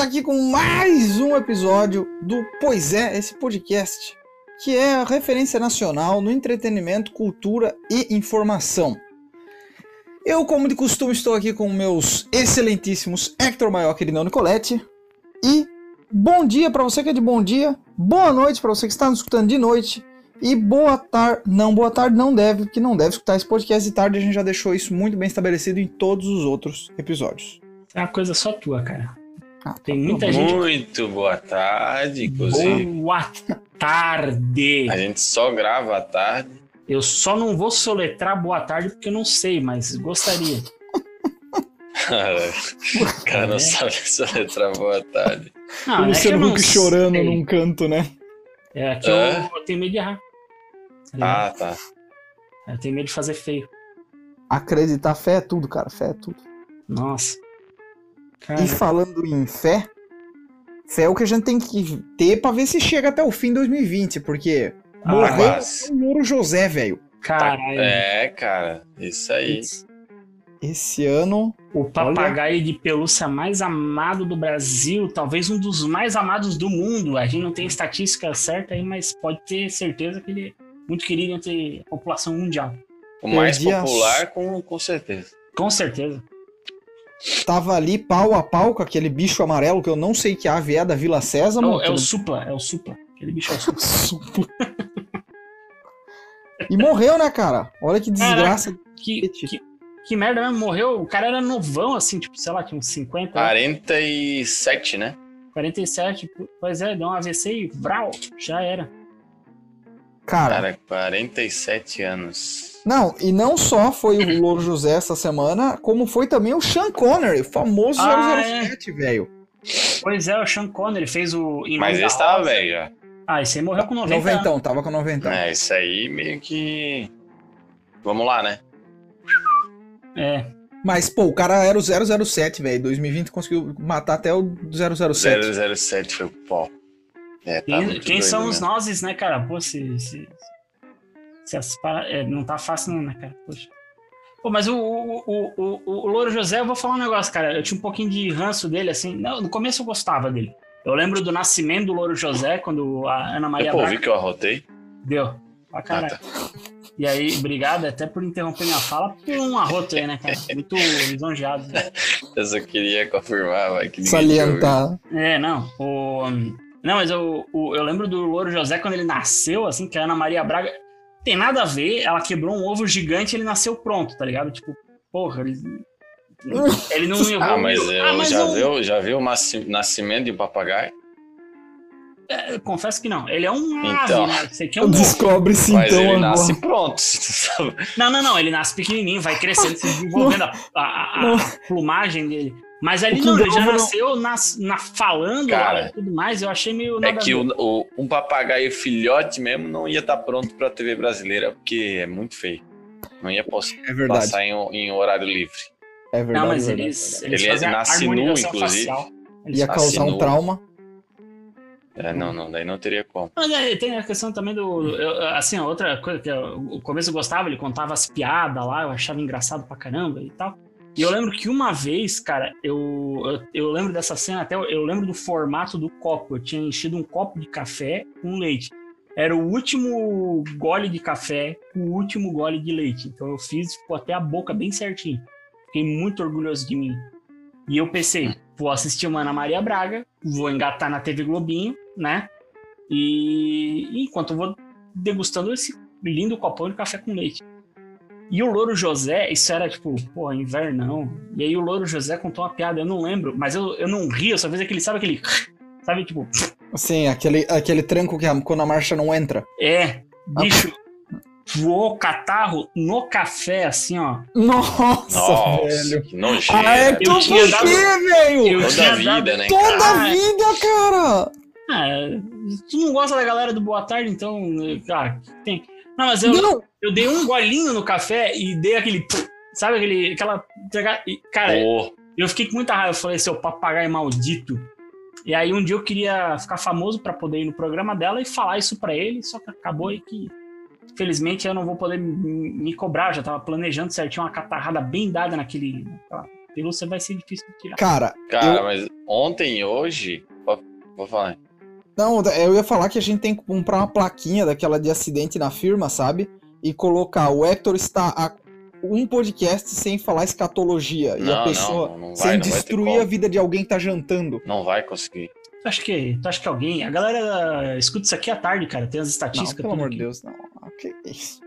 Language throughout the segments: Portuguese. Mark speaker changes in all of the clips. Speaker 1: aqui com mais um episódio do Pois é, esse podcast, que é a referência nacional no entretenimento, cultura e informação. Eu, como de costume, estou aqui com meus excelentíssimos Hector Maior e Linão Nicoletti. E bom dia para você que é de bom dia, boa noite para você que está nos escutando de noite. E boa tarde, não, boa tarde não deve, porque não deve escutar esse podcast de tarde, a gente já deixou isso muito bem estabelecido em todos os outros episódios.
Speaker 2: É uma coisa só tua, cara.
Speaker 1: Ah,
Speaker 2: Tem muita gente.
Speaker 3: Muito boa tarde, inclusive.
Speaker 2: Boa tarde.
Speaker 3: A gente só grava à tarde.
Speaker 2: Eu só não vou soletrar boa tarde porque eu não sei, mas gostaria.
Speaker 3: O cara
Speaker 2: É.
Speaker 3: não sabe soletrar boa tarde.
Speaker 2: Não,
Speaker 1: o
Speaker 2: é que eu
Speaker 1: Luciano
Speaker 2: não
Speaker 1: Huck chorando
Speaker 2: sei.
Speaker 1: num canto, né?
Speaker 2: É que
Speaker 3: É?
Speaker 2: eu, eu tenho medo de errar. Tá ligado?
Speaker 3: Ah, tá.
Speaker 2: Eu tenho medo de fazer feio.
Speaker 1: Acreditar, fé é tudo, cara, fé é tudo.
Speaker 2: Nossa. Cara,
Speaker 1: E falando em fé, fé é o que a gente tem que ter pra ver se chega até o fim de 2020, porque
Speaker 2: Ah,
Speaker 1: morreu
Speaker 3: quase.
Speaker 1: o Louro José, velho.
Speaker 2: caralho.
Speaker 3: É, cara. Isso aí.
Speaker 1: Esse ano,
Speaker 2: O papagaio de pelúcia mais amado do Brasil, talvez um dos mais amados do mundo. A gente não tem estatística certa aí, mas pode ter certeza que ele é muito querido entre a população mundial.
Speaker 3: O mais
Speaker 1: Perdi a-
Speaker 3: popular, com, com certeza.
Speaker 2: Com certeza.
Speaker 1: tava ali pau a pau com aquele bicho amarelo que eu não sei que ave é da Vila César,
Speaker 2: É o,
Speaker 1: mano.
Speaker 2: é o supla, é o supla. Aquele bicho é o supla.
Speaker 1: Supo. E morreu, né, cara? Olha que desgraça.
Speaker 2: Que, que, que merda, né? Morreu. O cara era novão, assim, tipo, sei lá, tinha uns 50,
Speaker 3: 47, né?
Speaker 2: 47. pu- Pois é, deu um AVC e vral, já era. Ah.
Speaker 1: Cara,
Speaker 3: Cara, 47 anos.
Speaker 1: não, e não só foi o Louro José essa semana, como foi também o Sean Connery, o famoso
Speaker 2: Ah,
Speaker 1: 007, velho.
Speaker 2: Pois é, o Sean Connery fez o. Em
Speaker 3: Mas
Speaker 2: Nome da
Speaker 3: esse tava
Speaker 2: Rosa.
Speaker 3: velho já.
Speaker 2: Ah, esse aí morreu com 90. anos.
Speaker 1: Noventão, tava com noventão.
Speaker 2: Tá.
Speaker 3: É, isso aí meio que. Vamos lá, né?
Speaker 2: É,
Speaker 1: Mas, pô, o cara era o 007, velho. 2020 conseguiu matar até o 007.
Speaker 3: 007 foi o pó. É, tá
Speaker 2: quem,
Speaker 3: muito
Speaker 2: quem
Speaker 3: doido
Speaker 2: são
Speaker 3: mesmo.
Speaker 2: os nozes, né, cara? Pô, se. se, se as para- é, não tá fácil, não, né, cara? Poxa. Pô, mas o, o, o, o, o Louro José, eu vou falar um negócio, cara. Eu tinha um pouquinho de ranço dele, assim. Não, no começo eu gostava dele. Eu lembro do nascimento do Louro José, quando a Ana Maria
Speaker 3: Eu É, pô,
Speaker 2: Braga
Speaker 3: vi que eu arrotei.
Speaker 2: deu. Pra
Speaker 3: Ah,
Speaker 2: caralho.
Speaker 3: tá.
Speaker 2: E aí, obrigado até por interromper minha fala, porque um arroto aí, né, cara? Muito lisonjeado.
Speaker 3: Eu só queria confirmar, vai. Que ninguém tinha
Speaker 1: Salientar.
Speaker 2: É, não. O... Não, mas eu, o- eu lembro do Louro José quando ele nasceu, assim, que a Ana Maria Braga. Tem nada a ver, ela quebrou um ovo gigante e ele nasceu pronto, tá ligado? Tipo, porra, ele. Ele não errou.
Speaker 3: Ah, mas
Speaker 2: ele-
Speaker 3: eu
Speaker 2: Ah, mas
Speaker 3: já,
Speaker 2: eu-
Speaker 3: viu já vi o nasci- nascimento de um papagaio?
Speaker 2: eu Confesso que não. Ele é um
Speaker 3: um- Então.
Speaker 2: ave, né? Isso aqui é um.
Speaker 1: Descobre-se
Speaker 3: Mas
Speaker 1: então
Speaker 3: ele
Speaker 1: agora.
Speaker 3: nasce pronto. tá sabe?
Speaker 2: Não, não, não. Ele nasce pequenininho, vai crescendo, se desenvolvendo a, a- a- a plumagem dele. Mas ali
Speaker 1: O
Speaker 2: não, ele
Speaker 1: Kingdom
Speaker 2: já
Speaker 1: não-
Speaker 2: nasceu na, na falando
Speaker 3: Cara.
Speaker 2: lá e tudo mais. Eu achei meio.
Speaker 3: É
Speaker 2: nada a
Speaker 3: que
Speaker 2: ver.
Speaker 3: o, o- um papagaio filhote mesmo não ia estar pronto pra TV brasileira, porque é muito feio. Não ia poss-
Speaker 1: É verdade.
Speaker 3: passar em, em horário livre.
Speaker 1: É verdade.
Speaker 2: Não, mas
Speaker 1: verdade.
Speaker 2: eles.
Speaker 3: Ele é
Speaker 2: eles fazem a
Speaker 3: nasce nu,
Speaker 2: harmonização
Speaker 3: inclusive.
Speaker 2: facial. Eles
Speaker 1: Ia
Speaker 2: fazem.
Speaker 1: causar um
Speaker 3: Assinou.
Speaker 1: trauma.
Speaker 3: É, não, não, daí não teria como.
Speaker 2: Mas é, tem a questão também do. eu, assim, outra coisa que eu, o começo eu gostava, ele contava as piadas lá, eu achava engraçado pra caramba e tal. E eu lembro que uma vez, cara, eu, eu, eu lembro dessa cena até, eu, eu lembro do formato do copo. Eu tinha enchido um copo de café com leite. Era o último gole de café com o último gole de leite. Então eu fiz, ficou até a boca bem certinho. Fiquei muito orgulhoso de mim. E eu pensei, vou assistir uma Ana Maria Braga, vou engatar na TV Globinho, né? E enquanto eu vou degustando esse lindo copão de café com leite. E o Louro José, isso era tipo, porra, invernão. E aí o Louro José contou uma piada, eu não lembro, mas eu, eu não ri, eu só fiz aquele, sabe aquele. Sabe, tipo,
Speaker 1: Sim, aquele, aquele tranco que a- quando a marcha não entra.
Speaker 2: é, bicho, voou catarro no café, assim, ó.
Speaker 1: Nossa,
Speaker 3: Nossa,
Speaker 1: velho.
Speaker 3: que nojeira.
Speaker 1: Ah, é
Speaker 2: Eu
Speaker 1: tu por
Speaker 2: tinha dado-
Speaker 1: quê, velho?
Speaker 2: eu
Speaker 3: Toda
Speaker 2: tinha
Speaker 3: a vida,
Speaker 2: dado-
Speaker 3: né?
Speaker 1: Toda
Speaker 3: cara?
Speaker 2: Ah, é.
Speaker 1: vida, cara!
Speaker 2: Ah, tu não gosta da galera do Boa Tarde, então, cara, tem. Não, mas eu,
Speaker 1: Não,
Speaker 2: eu dei um golinho no café e dei aquele. Sabe aquele. Aquela. e, Cara,
Speaker 3: Pô,
Speaker 2: Eu fiquei com muita raiva, eu falei, seu papagaio maldito. E aí um dia eu queria ficar famoso pra poder ir no programa dela e falar isso pra ele, só que acabou aí que infelizmente eu não vou poder me, me cobrar, eu já tava planejando certinho uma catarrada bem dada naquele naquela pelúcia vai ser difícil de tirar.
Speaker 1: Cara,
Speaker 3: Cara,
Speaker 1: eu-
Speaker 3: mas ontem e hoje. ó, Vou falar.
Speaker 1: não, eu ia falar que a gente tem que comprar uma plaquinha daquela de acidente na firma, sabe? E colocar o Hector está a um podcast sem falar escatologia. e a
Speaker 3: Não,
Speaker 1: pessoa
Speaker 3: não, não vai,
Speaker 1: sem
Speaker 3: não vai ter
Speaker 1: destruir
Speaker 3: como.
Speaker 1: a vida de alguém que tá jantando.
Speaker 3: Não vai conseguir.
Speaker 2: Tu acha que, tu acha que alguém. A galera escuta isso aqui à tarde, cara. Tem as
Speaker 1: Não,
Speaker 2: estatísticas.
Speaker 1: pelo
Speaker 2: tudo
Speaker 1: amor
Speaker 2: aqui.
Speaker 1: de Deus, não. Ah, Que isso?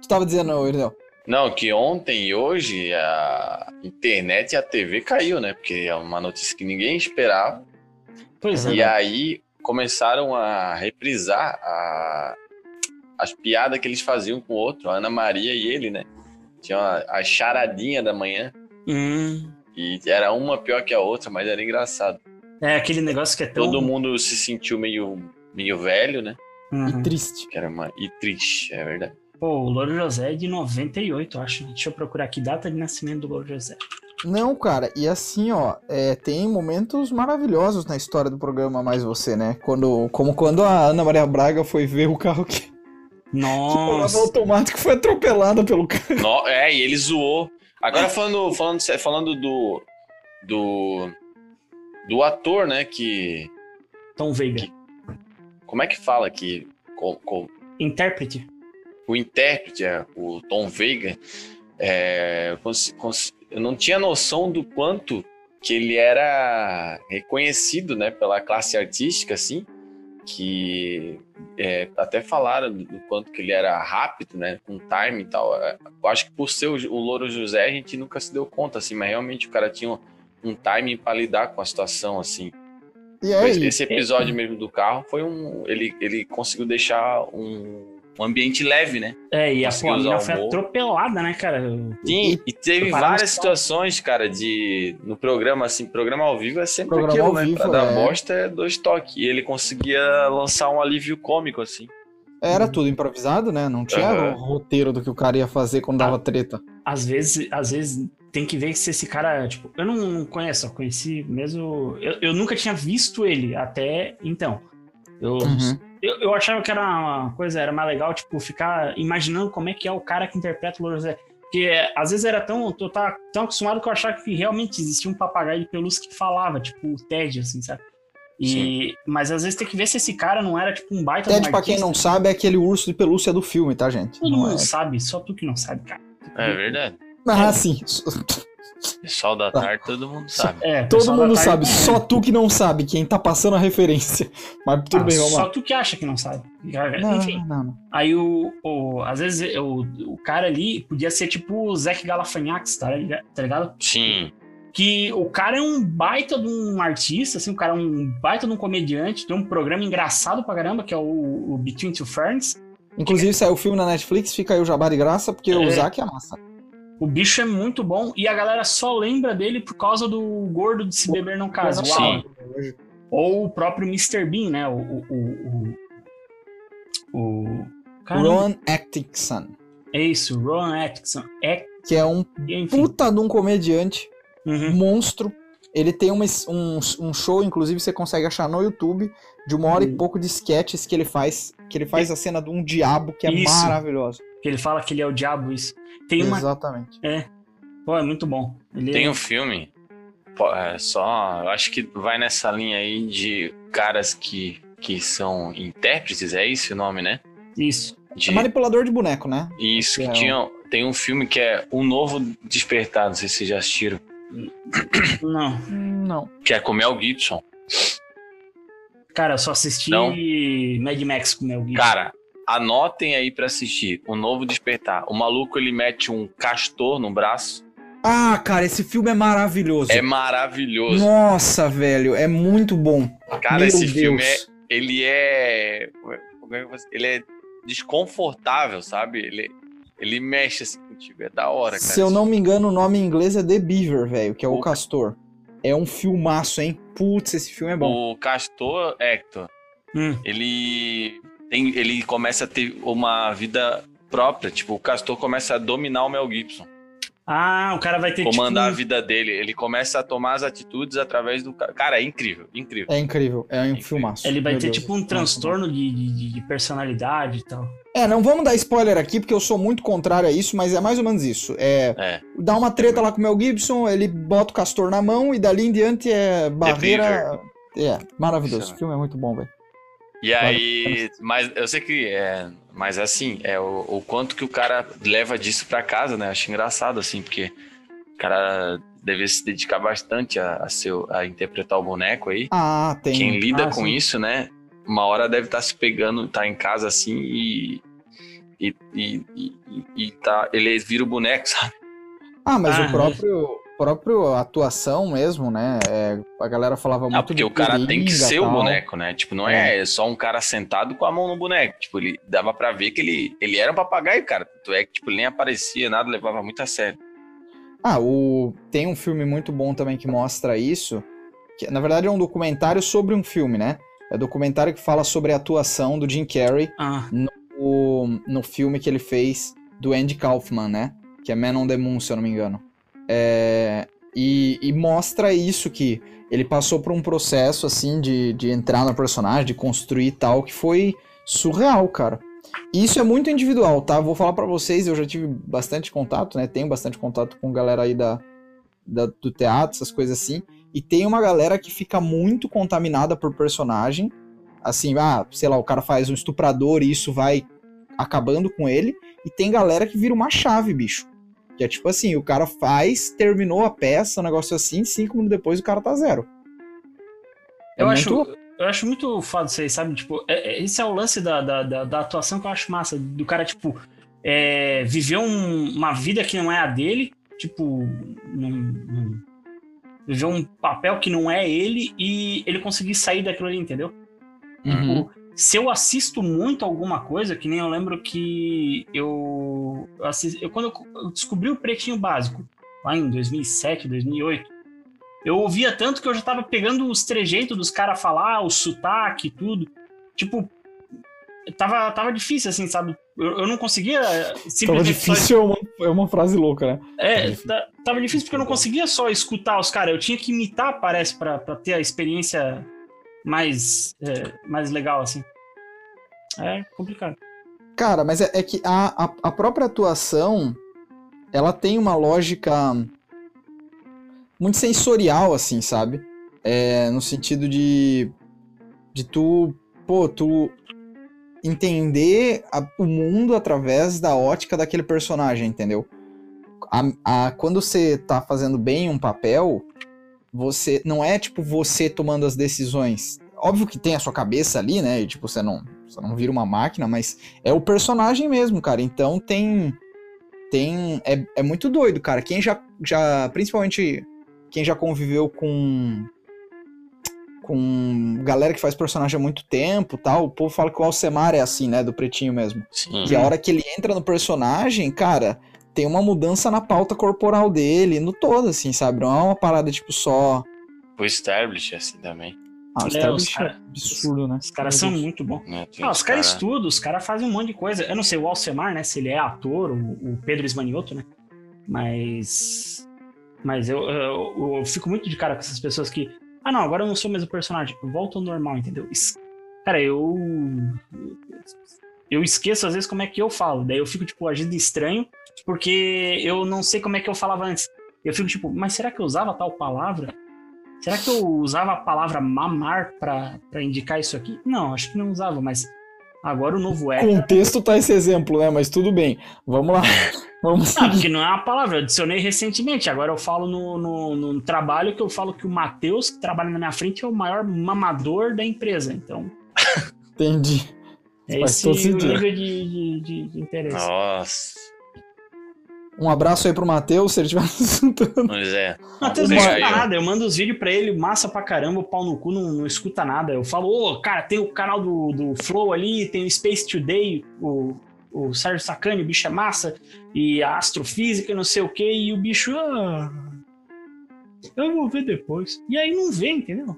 Speaker 1: Tu tava dizendo, Irineu?
Speaker 3: Não, que ontem e hoje a internet e a TV caiu, né? Porque é uma notícia que ninguém esperava.
Speaker 2: Pois é.
Speaker 3: E aí começaram a reprisar a- as piadas que eles faziam com o outro, a Ana Maria e ele, né? Tinha uma- a charadinha da manhã
Speaker 2: Hum,
Speaker 3: e era uma pior que a outra, mas era engraçado.
Speaker 2: é aquele negócio que é tão.
Speaker 3: Todo mundo se sentiu meio, meio velho, né?
Speaker 2: Uhum.
Speaker 1: E triste.
Speaker 3: Que era uma e triste, é verdade.
Speaker 2: Pô, o Louro José é de 98, eu acho. né? Deixa eu procurar aqui data de nascimento do Louro José.
Speaker 1: Não, cara, e assim, ó, é, tem momentos maravilhosos na história do programa Mais Você, né? Quando, como quando a Ana Maria Braga foi ver o carro que rolava
Speaker 2: Nossa.
Speaker 1: automático foi atropelada pelo carro.
Speaker 3: No- é, e ele zoou. Agora falando, falando, sé- falando do, do do ator, né? Que
Speaker 2: Tom Veiga.
Speaker 3: como é que fala que co- co-
Speaker 2: Intérprete.
Speaker 3: o intérprete, é, o Tom Veiga, é, cons- cons- eu não tinha noção do quanto que ele era reconhecido, né, pela classe artística, assim, que é, até falaram do do quanto que ele era rápido, né, com time e tal. É, Eu acho que por ser o, J- o Louro José a gente nunca se deu conta, assim, mas realmente o cara tinha um, um timing para lidar com a situação, assim.
Speaker 1: E é
Speaker 3: Esse-
Speaker 1: isso.
Speaker 3: Esse episódio mesmo do carro foi um, ele, ele conseguiu deixar um- um ambiente leve, né?
Speaker 2: É, e a
Speaker 3: Conseguiu
Speaker 2: pô, a
Speaker 3: usar
Speaker 2: mina
Speaker 3: o
Speaker 2: foi
Speaker 3: humor.
Speaker 2: atropelada, né, cara?
Speaker 3: Sim, e teve
Speaker 2: Preparar
Speaker 3: várias
Speaker 2: os
Speaker 3: situações, cara, de no programa, assim, programa ao vivo é sempre
Speaker 1: Programa
Speaker 3: aquilo,
Speaker 1: ao
Speaker 3: né?
Speaker 1: vivo,
Speaker 3: pra dar
Speaker 1: é.
Speaker 3: bosta é dois toques. E ele conseguia lançar um alívio cômico, assim.
Speaker 2: Uhum.
Speaker 1: Era tudo improvisado, né? Não tinha
Speaker 3: Aham.
Speaker 1: o roteiro do que o cara ia fazer quando
Speaker 2: Ah.
Speaker 1: dava treta.
Speaker 2: Às vezes, às vezes tem que ver se esse cara, tipo, eu não, não conheço, eu conheci mesmo. Eu, eu nunca tinha visto ele até então. Eu,
Speaker 1: Uhum.
Speaker 2: eu, eu achava que era uma coisa, era mais legal, tipo, ficar imaginando como é que é o cara que interpreta o Louro José. Porque é, às vezes era tão. Eu tava tão acostumado que eu achava que realmente existia um papagaio de pelúcia que falava, tipo, o Ted, assim, sabe? E, mas às vezes tem que ver se esse cara não era, tipo, um baita. de um
Speaker 1: Ted, pra quem
Speaker 2: artista.
Speaker 1: não sabe, é aquele urso de pelúcia do filme, tá, gente?
Speaker 2: Todo
Speaker 1: Não
Speaker 2: mundo
Speaker 1: é-
Speaker 2: sabe, só tu que não sabe, cara.
Speaker 3: É verdade.
Speaker 1: Ah, sim.
Speaker 3: Pessoal
Speaker 1: Tá.
Speaker 3: da tarde, todo mundo sabe.
Speaker 2: É,
Speaker 1: Todo
Speaker 2: pessoal da
Speaker 1: mundo
Speaker 2: tarde-
Speaker 1: sabe, só tu que não sabe quem tá passando a referência. Mas tudo
Speaker 2: Ah,
Speaker 1: bem, vamos
Speaker 2: Só
Speaker 1: lá.
Speaker 2: tu que acha que não sabe.
Speaker 1: Não,
Speaker 2: Enfim,
Speaker 1: não, não.
Speaker 2: aí o, o- Às vezes o, o cara ali podia ser tipo o Zac Galafanhax, tá liga- tá ligado?
Speaker 3: Sim.
Speaker 2: que o cara é um baita de um artista, assim, o cara é um baita de um comediante, tem um programa engraçado pra caramba, que é o, o Between Two Ferns.
Speaker 1: Inclusive saiu o filme na Netflix, fica aí o jabá de graça, porque
Speaker 2: É.
Speaker 1: o Zack é massa.
Speaker 2: O bicho é muito bom e a galera só lembra dele por causa do gordo de se beber não casa.
Speaker 1: Sim.
Speaker 2: Uau. Ou o próprio Mr. Bean, né? O. o, o, o- o- Caramba,
Speaker 1: Ron Atkinson,
Speaker 2: É isso, Ron Atkinson. É,
Speaker 1: que é um
Speaker 2: enfim.
Speaker 1: puta de um comediante,
Speaker 2: Uhum.
Speaker 1: monstro. Ele tem uma es- um, um show, inclusive você consegue achar no YouTube, de uma hora e
Speaker 2: Hum.
Speaker 1: pouco de sketches que ele faz, que ele faz a cena de um diabo que é
Speaker 2: Isso.
Speaker 1: maravilhosa.
Speaker 2: Que Ele fala que ele é o diabo, isso. Tem uma.
Speaker 1: Exatamente.
Speaker 2: Pô, é muito bom. Ele
Speaker 1: é-
Speaker 3: Tem um filme. pô, é, só. Eu acho que vai nessa linha aí de caras que, que são intérpretes, é esse o nome, né?
Speaker 2: Isso.
Speaker 3: De,
Speaker 1: É manipulador de boneco, né?
Speaker 3: isso, que
Speaker 1: É.
Speaker 3: tinha. Tem um filme que é O Novo Despertar, não sei se vocês já assistiram,
Speaker 2: Não.
Speaker 1: Não.
Speaker 3: que é com o Mel Gibson.
Speaker 2: Cara, eu só assisti
Speaker 3: Não.
Speaker 2: Mad Max com o Mel Gibson.
Speaker 3: Cara, anotem aí pra assistir. O novo despertar. O maluco ele mete um castor no braço.
Speaker 1: Ah, cara, esse filme é maravilhoso.
Speaker 3: É maravilhoso.
Speaker 1: Nossa, velho, é muito bom.
Speaker 3: Cara,
Speaker 1: Meu
Speaker 3: esse
Speaker 1: Deus.
Speaker 3: filme é, ele é como é que eu vou dizer? ele é desconfortável, sabe? Ele ele mexe assim contigo, é da hora, cara.
Speaker 1: Se eu não me engano, o nome em inglês é The Beaver, velho, que é o
Speaker 3: Opa.
Speaker 1: Castor. É um filmaço, hein? Putz, esse filme é bom.
Speaker 3: O castor Hector,
Speaker 2: Hum.
Speaker 3: ele tem ele começa a ter uma vida própria, tipo, o castor começa a dominar o Mel Gibson.
Speaker 2: Ah, o cara vai ter
Speaker 3: comandar a
Speaker 2: tipo,
Speaker 3: vida dele. Ele começa a tomar as atitudes através do ca- cara. É incrível, incrível.
Speaker 1: É incrível, é um filmaço.
Speaker 2: Ele vai
Speaker 1: meu
Speaker 2: ter
Speaker 1: Deus.
Speaker 2: tipo um transtorno de, de- de personalidade e tal.
Speaker 1: É, não vamos dar spoiler aqui, porque eu sou muito contrário a isso, mas é mais ou menos isso. É,
Speaker 3: É.
Speaker 1: dá uma treta lá com o Mel Gibson, ele bota o castor na mão e dali em diante é barreira. É, maravilhoso. O
Speaker 3: Isso.
Speaker 1: filme é muito bom, velho.
Speaker 3: E aí, mas eu sei que é, mas assim, é o, o quanto que o cara leva disso pra casa, né? Acho engraçado assim, porque o cara deve se dedicar bastante a, a seu a interpretar o boneco aí.
Speaker 1: Ah, tem.
Speaker 3: Quem lida
Speaker 2: Ah,
Speaker 3: com
Speaker 2: sim.
Speaker 3: isso, né? Uma hora deve estar se pegando, tá em casa assim e e, e, e- e tá, ele vira o boneco, sabe?
Speaker 1: Ah, mas
Speaker 2: Ah,
Speaker 1: o próprio, próprio atuação mesmo, né? É, a galera falava muito.
Speaker 3: Ah, porque
Speaker 1: do
Speaker 3: o cara tem que
Speaker 1: Coringa,
Speaker 3: ser o
Speaker 1: tal.
Speaker 3: boneco, né? Tipo, não é, só um cara sentado com a mão no boneco. Tipo, ele dava pra ver que ele, ele era um papagaio, cara. Tanto é que, tipo, ele nem aparecia, nada, levava muito a sério.
Speaker 1: Ah, o... tem um filme muito bom também que mostra isso. Que, na verdade, é um documentário sobre um filme, né? É um documentário que fala sobre a atuação do Jim Carrey
Speaker 2: Ah,
Speaker 1: o- no filme que ele fez do Andy Kaufman, né? Que é Man on the Moon, se eu não me engano. É, e, e mostra isso que ele passou por um processo assim de, de entrar no personagem, de construir e tal, que foi surreal, cara. E Isso é muito individual, tá? Vou falar pra vocês, eu já tive bastante contato, né? Tenho bastante contato com galera aí da, da- do teatro, essas coisas assim. E tem uma galera que fica muito contaminada por personagem assim, ah, sei lá, o cara faz um estuprador e isso vai acabando com ele. E tem galera que vira uma chave, bicho. Que é tipo assim, o cara faz, terminou a peça, um negócio assim, cinco minutos depois o cara tá zero. É
Speaker 2: eu,
Speaker 1: muito
Speaker 2: acho,
Speaker 1: louco.
Speaker 2: eu acho muito foda isso aí, sabe? Tipo, é- é- esse é o lance da, da, da, da atuação que eu acho massa. Do cara, tipo, é, viver um- uma vida que não é a dele, tipo, num, num- viver um papel que não é ele e ele conseguir sair daquilo ali, entendeu?
Speaker 1: Uhum.
Speaker 2: se eu assisto muito alguma coisa, que nem eu lembro que eu, eu assis- eu- quando eu- eu descobri o Pretinho Básico, lá em 2007, 2008, eu ouvia tanto que eu já tava pegando os trejeitos dos caras falar, o sotaque e tudo. Tipo, tava, tava difícil, assim, sabe? Eu, eu não conseguia eh, simplesmente...
Speaker 1: Tava
Speaker 2: só-
Speaker 1: difícil é uma, é uma frase louca, né?
Speaker 2: é,
Speaker 1: Difícil.
Speaker 2: tá- tava difícil porque eu não conseguia só escutar os caras, eu tinha que imitar, parece, pra, pra ter a experiência mais, é, mais legal, assim. É complicado.
Speaker 1: Cara, mas é, é que a, a, a própria atuação, ela tem uma lógica muito sensorial, assim, sabe? É, no sentido de, de tu, pô, tu entender a- o mundo através da ótica daquele personagem, entendeu? A, a- quando você tá fazendo bem um papel, você não é tipo você tomando as decisões. Óbvio que tem a sua cabeça ali, né? E, tipo, você não, você não vira uma máquina, mas é o personagem mesmo, cara. Então tem. Tem. É, é muito doido, cara. Quem já, já. Principalmente quem já conviveu com. Com galera que faz personagem há muito tempo tal. O povo fala que o Alcemar é assim, né? Do pretinho mesmo.
Speaker 3: Sim.
Speaker 2: Uhum.
Speaker 1: E a hora que ele entra no personagem, cara, tem uma mudança na pauta corporal dele, no todo, assim, sabe? Não é uma parada tipo só.
Speaker 3: O Establish, assim, também.
Speaker 1: Ah,
Speaker 2: É,
Speaker 1: Star
Speaker 2: os
Speaker 1: Wars é
Speaker 2: cara-
Speaker 1: absurdo, né?
Speaker 2: Os caras são
Speaker 1: Meu Deus.
Speaker 2: muito bons.
Speaker 3: Né? Tem
Speaker 2: Ah,
Speaker 3: uns
Speaker 2: os caras
Speaker 3: cara-
Speaker 2: estudam, os caras fazem um monte de coisa. Eu não sei, o Alcemar, né? Se ele é ator, o, o Pedro Esmanioto, né? Mas. Mas eu, eu, eu fico muito de cara com essas pessoas que. Ah, não, agora eu não sou mais o personagem. Volta ao normal, entendeu? Es- Cara, eu. Eu esqueço às vezes como é que eu falo. Daí eu fico, tipo, agindo estranho, porque eu não sei como é que eu falava antes. Eu fico, tipo, mas será que eu usava tal palavra? Será que eu usava a palavra mamar pra, pra indicar isso aqui? Não, acho que não usava, mas agora o novo é.
Speaker 1: contexto tá esse exemplo, né? Mas tudo bem. Vamos lá. Vamos
Speaker 2: Ah, porque não é uma palavra, eu adicionei recentemente. Agora eu falo no, no, no trabalho que eu falo que o Matheus, que trabalha na minha frente, é o maior mamador da empresa. Então,
Speaker 1: Entendi.
Speaker 2: é
Speaker 1: Faz
Speaker 2: esse o
Speaker 1: todo sentido.
Speaker 2: nível de, de, de- de interesse.
Speaker 3: Nossa.
Speaker 1: Um abraço aí pro Matheus, se ele estiver nos escutando.
Speaker 3: Pois é.
Speaker 2: O Matheus
Speaker 1: O
Speaker 2: não escuta
Speaker 3: Maior.
Speaker 2: nada, eu mando os vídeos pra ele, massa pra caramba, o pau no cu não, não escuta nada. Eu falo, ô, cara, tem o canal do, do Flow ali, tem o Space Today, o, o Sérgio Sacani, o bicho é massa, e a astrofísica, não sei o quê, e o bicho. "Ah, eu vou ver depois. E aí não vê, entendeu?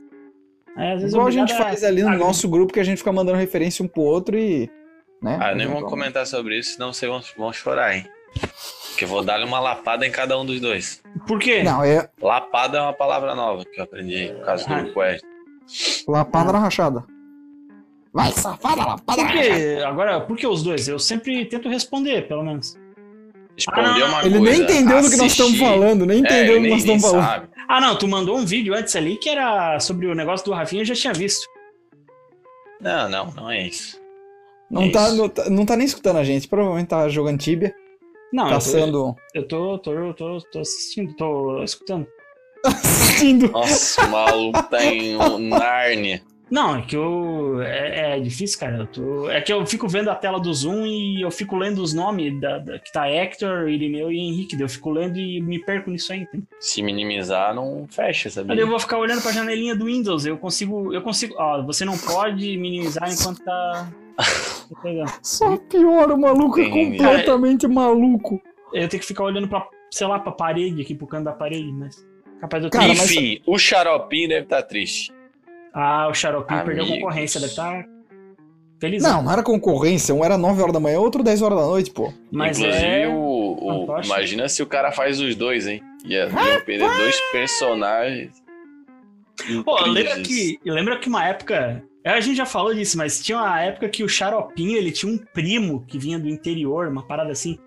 Speaker 2: Aí, às vezes,
Speaker 1: Igual a
Speaker 2: obrigado
Speaker 1: gente faz é. ali no
Speaker 2: a-
Speaker 1: nosso grupo, que a gente fica mandando referência um pro outro e. Né?
Speaker 3: Ah, nem vamos
Speaker 1: Então,
Speaker 3: comentar sobre isso, senão vocês vão, vão chorar, hein? Que eu vou dar uma lapada em cada um dos dois.
Speaker 2: Por quê?
Speaker 1: Não, é
Speaker 3: Lapada é uma palavra nova que eu aprendi por causa
Speaker 2: Ah.
Speaker 3: do Quest.
Speaker 1: lapada na rachada. Vai, safada, lapada
Speaker 3: Ah,
Speaker 2: Por
Speaker 1: na rachada.
Speaker 3: é
Speaker 2: quê? Agora, por que os dois? Eu sempre tento responder, pelo menos.
Speaker 3: Responder uma
Speaker 1: Ele
Speaker 3: coisa.
Speaker 1: nem entendeu do que nós
Speaker 3: assistir.
Speaker 1: estamos falando, nem
Speaker 3: É,
Speaker 1: entendeu do que
Speaker 3: nem-
Speaker 1: nós
Speaker 3: nem
Speaker 1: estamos falando.
Speaker 3: sabe.
Speaker 2: Ah, não, tu mandou um vídeo antes ali que era sobre o negócio do Rafinha, eu já tinha visto.
Speaker 3: Não, não, não é isso.
Speaker 1: Não
Speaker 3: É
Speaker 1: tá,
Speaker 3: isso.
Speaker 1: não, tá- não tá nem escutando a gente, provavelmente tá jogando Tibia,
Speaker 3: Ah,
Speaker 2: Não,
Speaker 1: Tá caçando,
Speaker 2: eu, tô, eu tô, eu tô, tô assistindo, tô escutando.
Speaker 3: é.
Speaker 1: assistindo.
Speaker 3: Nossa, o maluco tá em um- Nárnia.
Speaker 2: Não, é que eu. É, é difícil, cara. eu tô- é que eu fico vendo a tela do Zoom e eu fico lendo os nomes da, da- que tá Hector, Irineu e Henrique. daí Eu fico lendo e me perco nisso aí. entende?
Speaker 3: Se minimizar, não fecha, sabia?
Speaker 2: Aí eu vou ficar olhando pra janelinha do Windows. Eu consigo. Eu consigo. Ó, você não pode minimizar enquanto tá. tá pegando.
Speaker 1: Só piora, o maluco é
Speaker 3: Entendi.
Speaker 1: completamente maluco.
Speaker 2: Eu tenho que ficar olhando pra, sei lá, pra parede aqui, pro canto da parede, mas. Capaz de eu ter.
Speaker 1: Cara, mas-
Speaker 3: Enfim, o xaropinho deve estar triste.
Speaker 2: Ah, o Xaropinho perdeu a
Speaker 3: Amigos.
Speaker 2: concorrência, deve estar. Tá feliz.
Speaker 1: Não, não era concorrência, um era 9 horas da manhã, outro 10 horas da noite, pô.
Speaker 2: mas
Speaker 3: Inclusive,
Speaker 2: é.
Speaker 3: o, o-
Speaker 2: fantástico.
Speaker 3: imagina se o cara faz os dois, hein? Ia, ia perder dois personagens.
Speaker 2: Pô,
Speaker 3: incríveis.
Speaker 2: lembra que, lembra que uma época. é, A gente já falou disso, mas tinha uma época que o Xaropinho ele tinha um primo que vinha do interior, uma parada assim.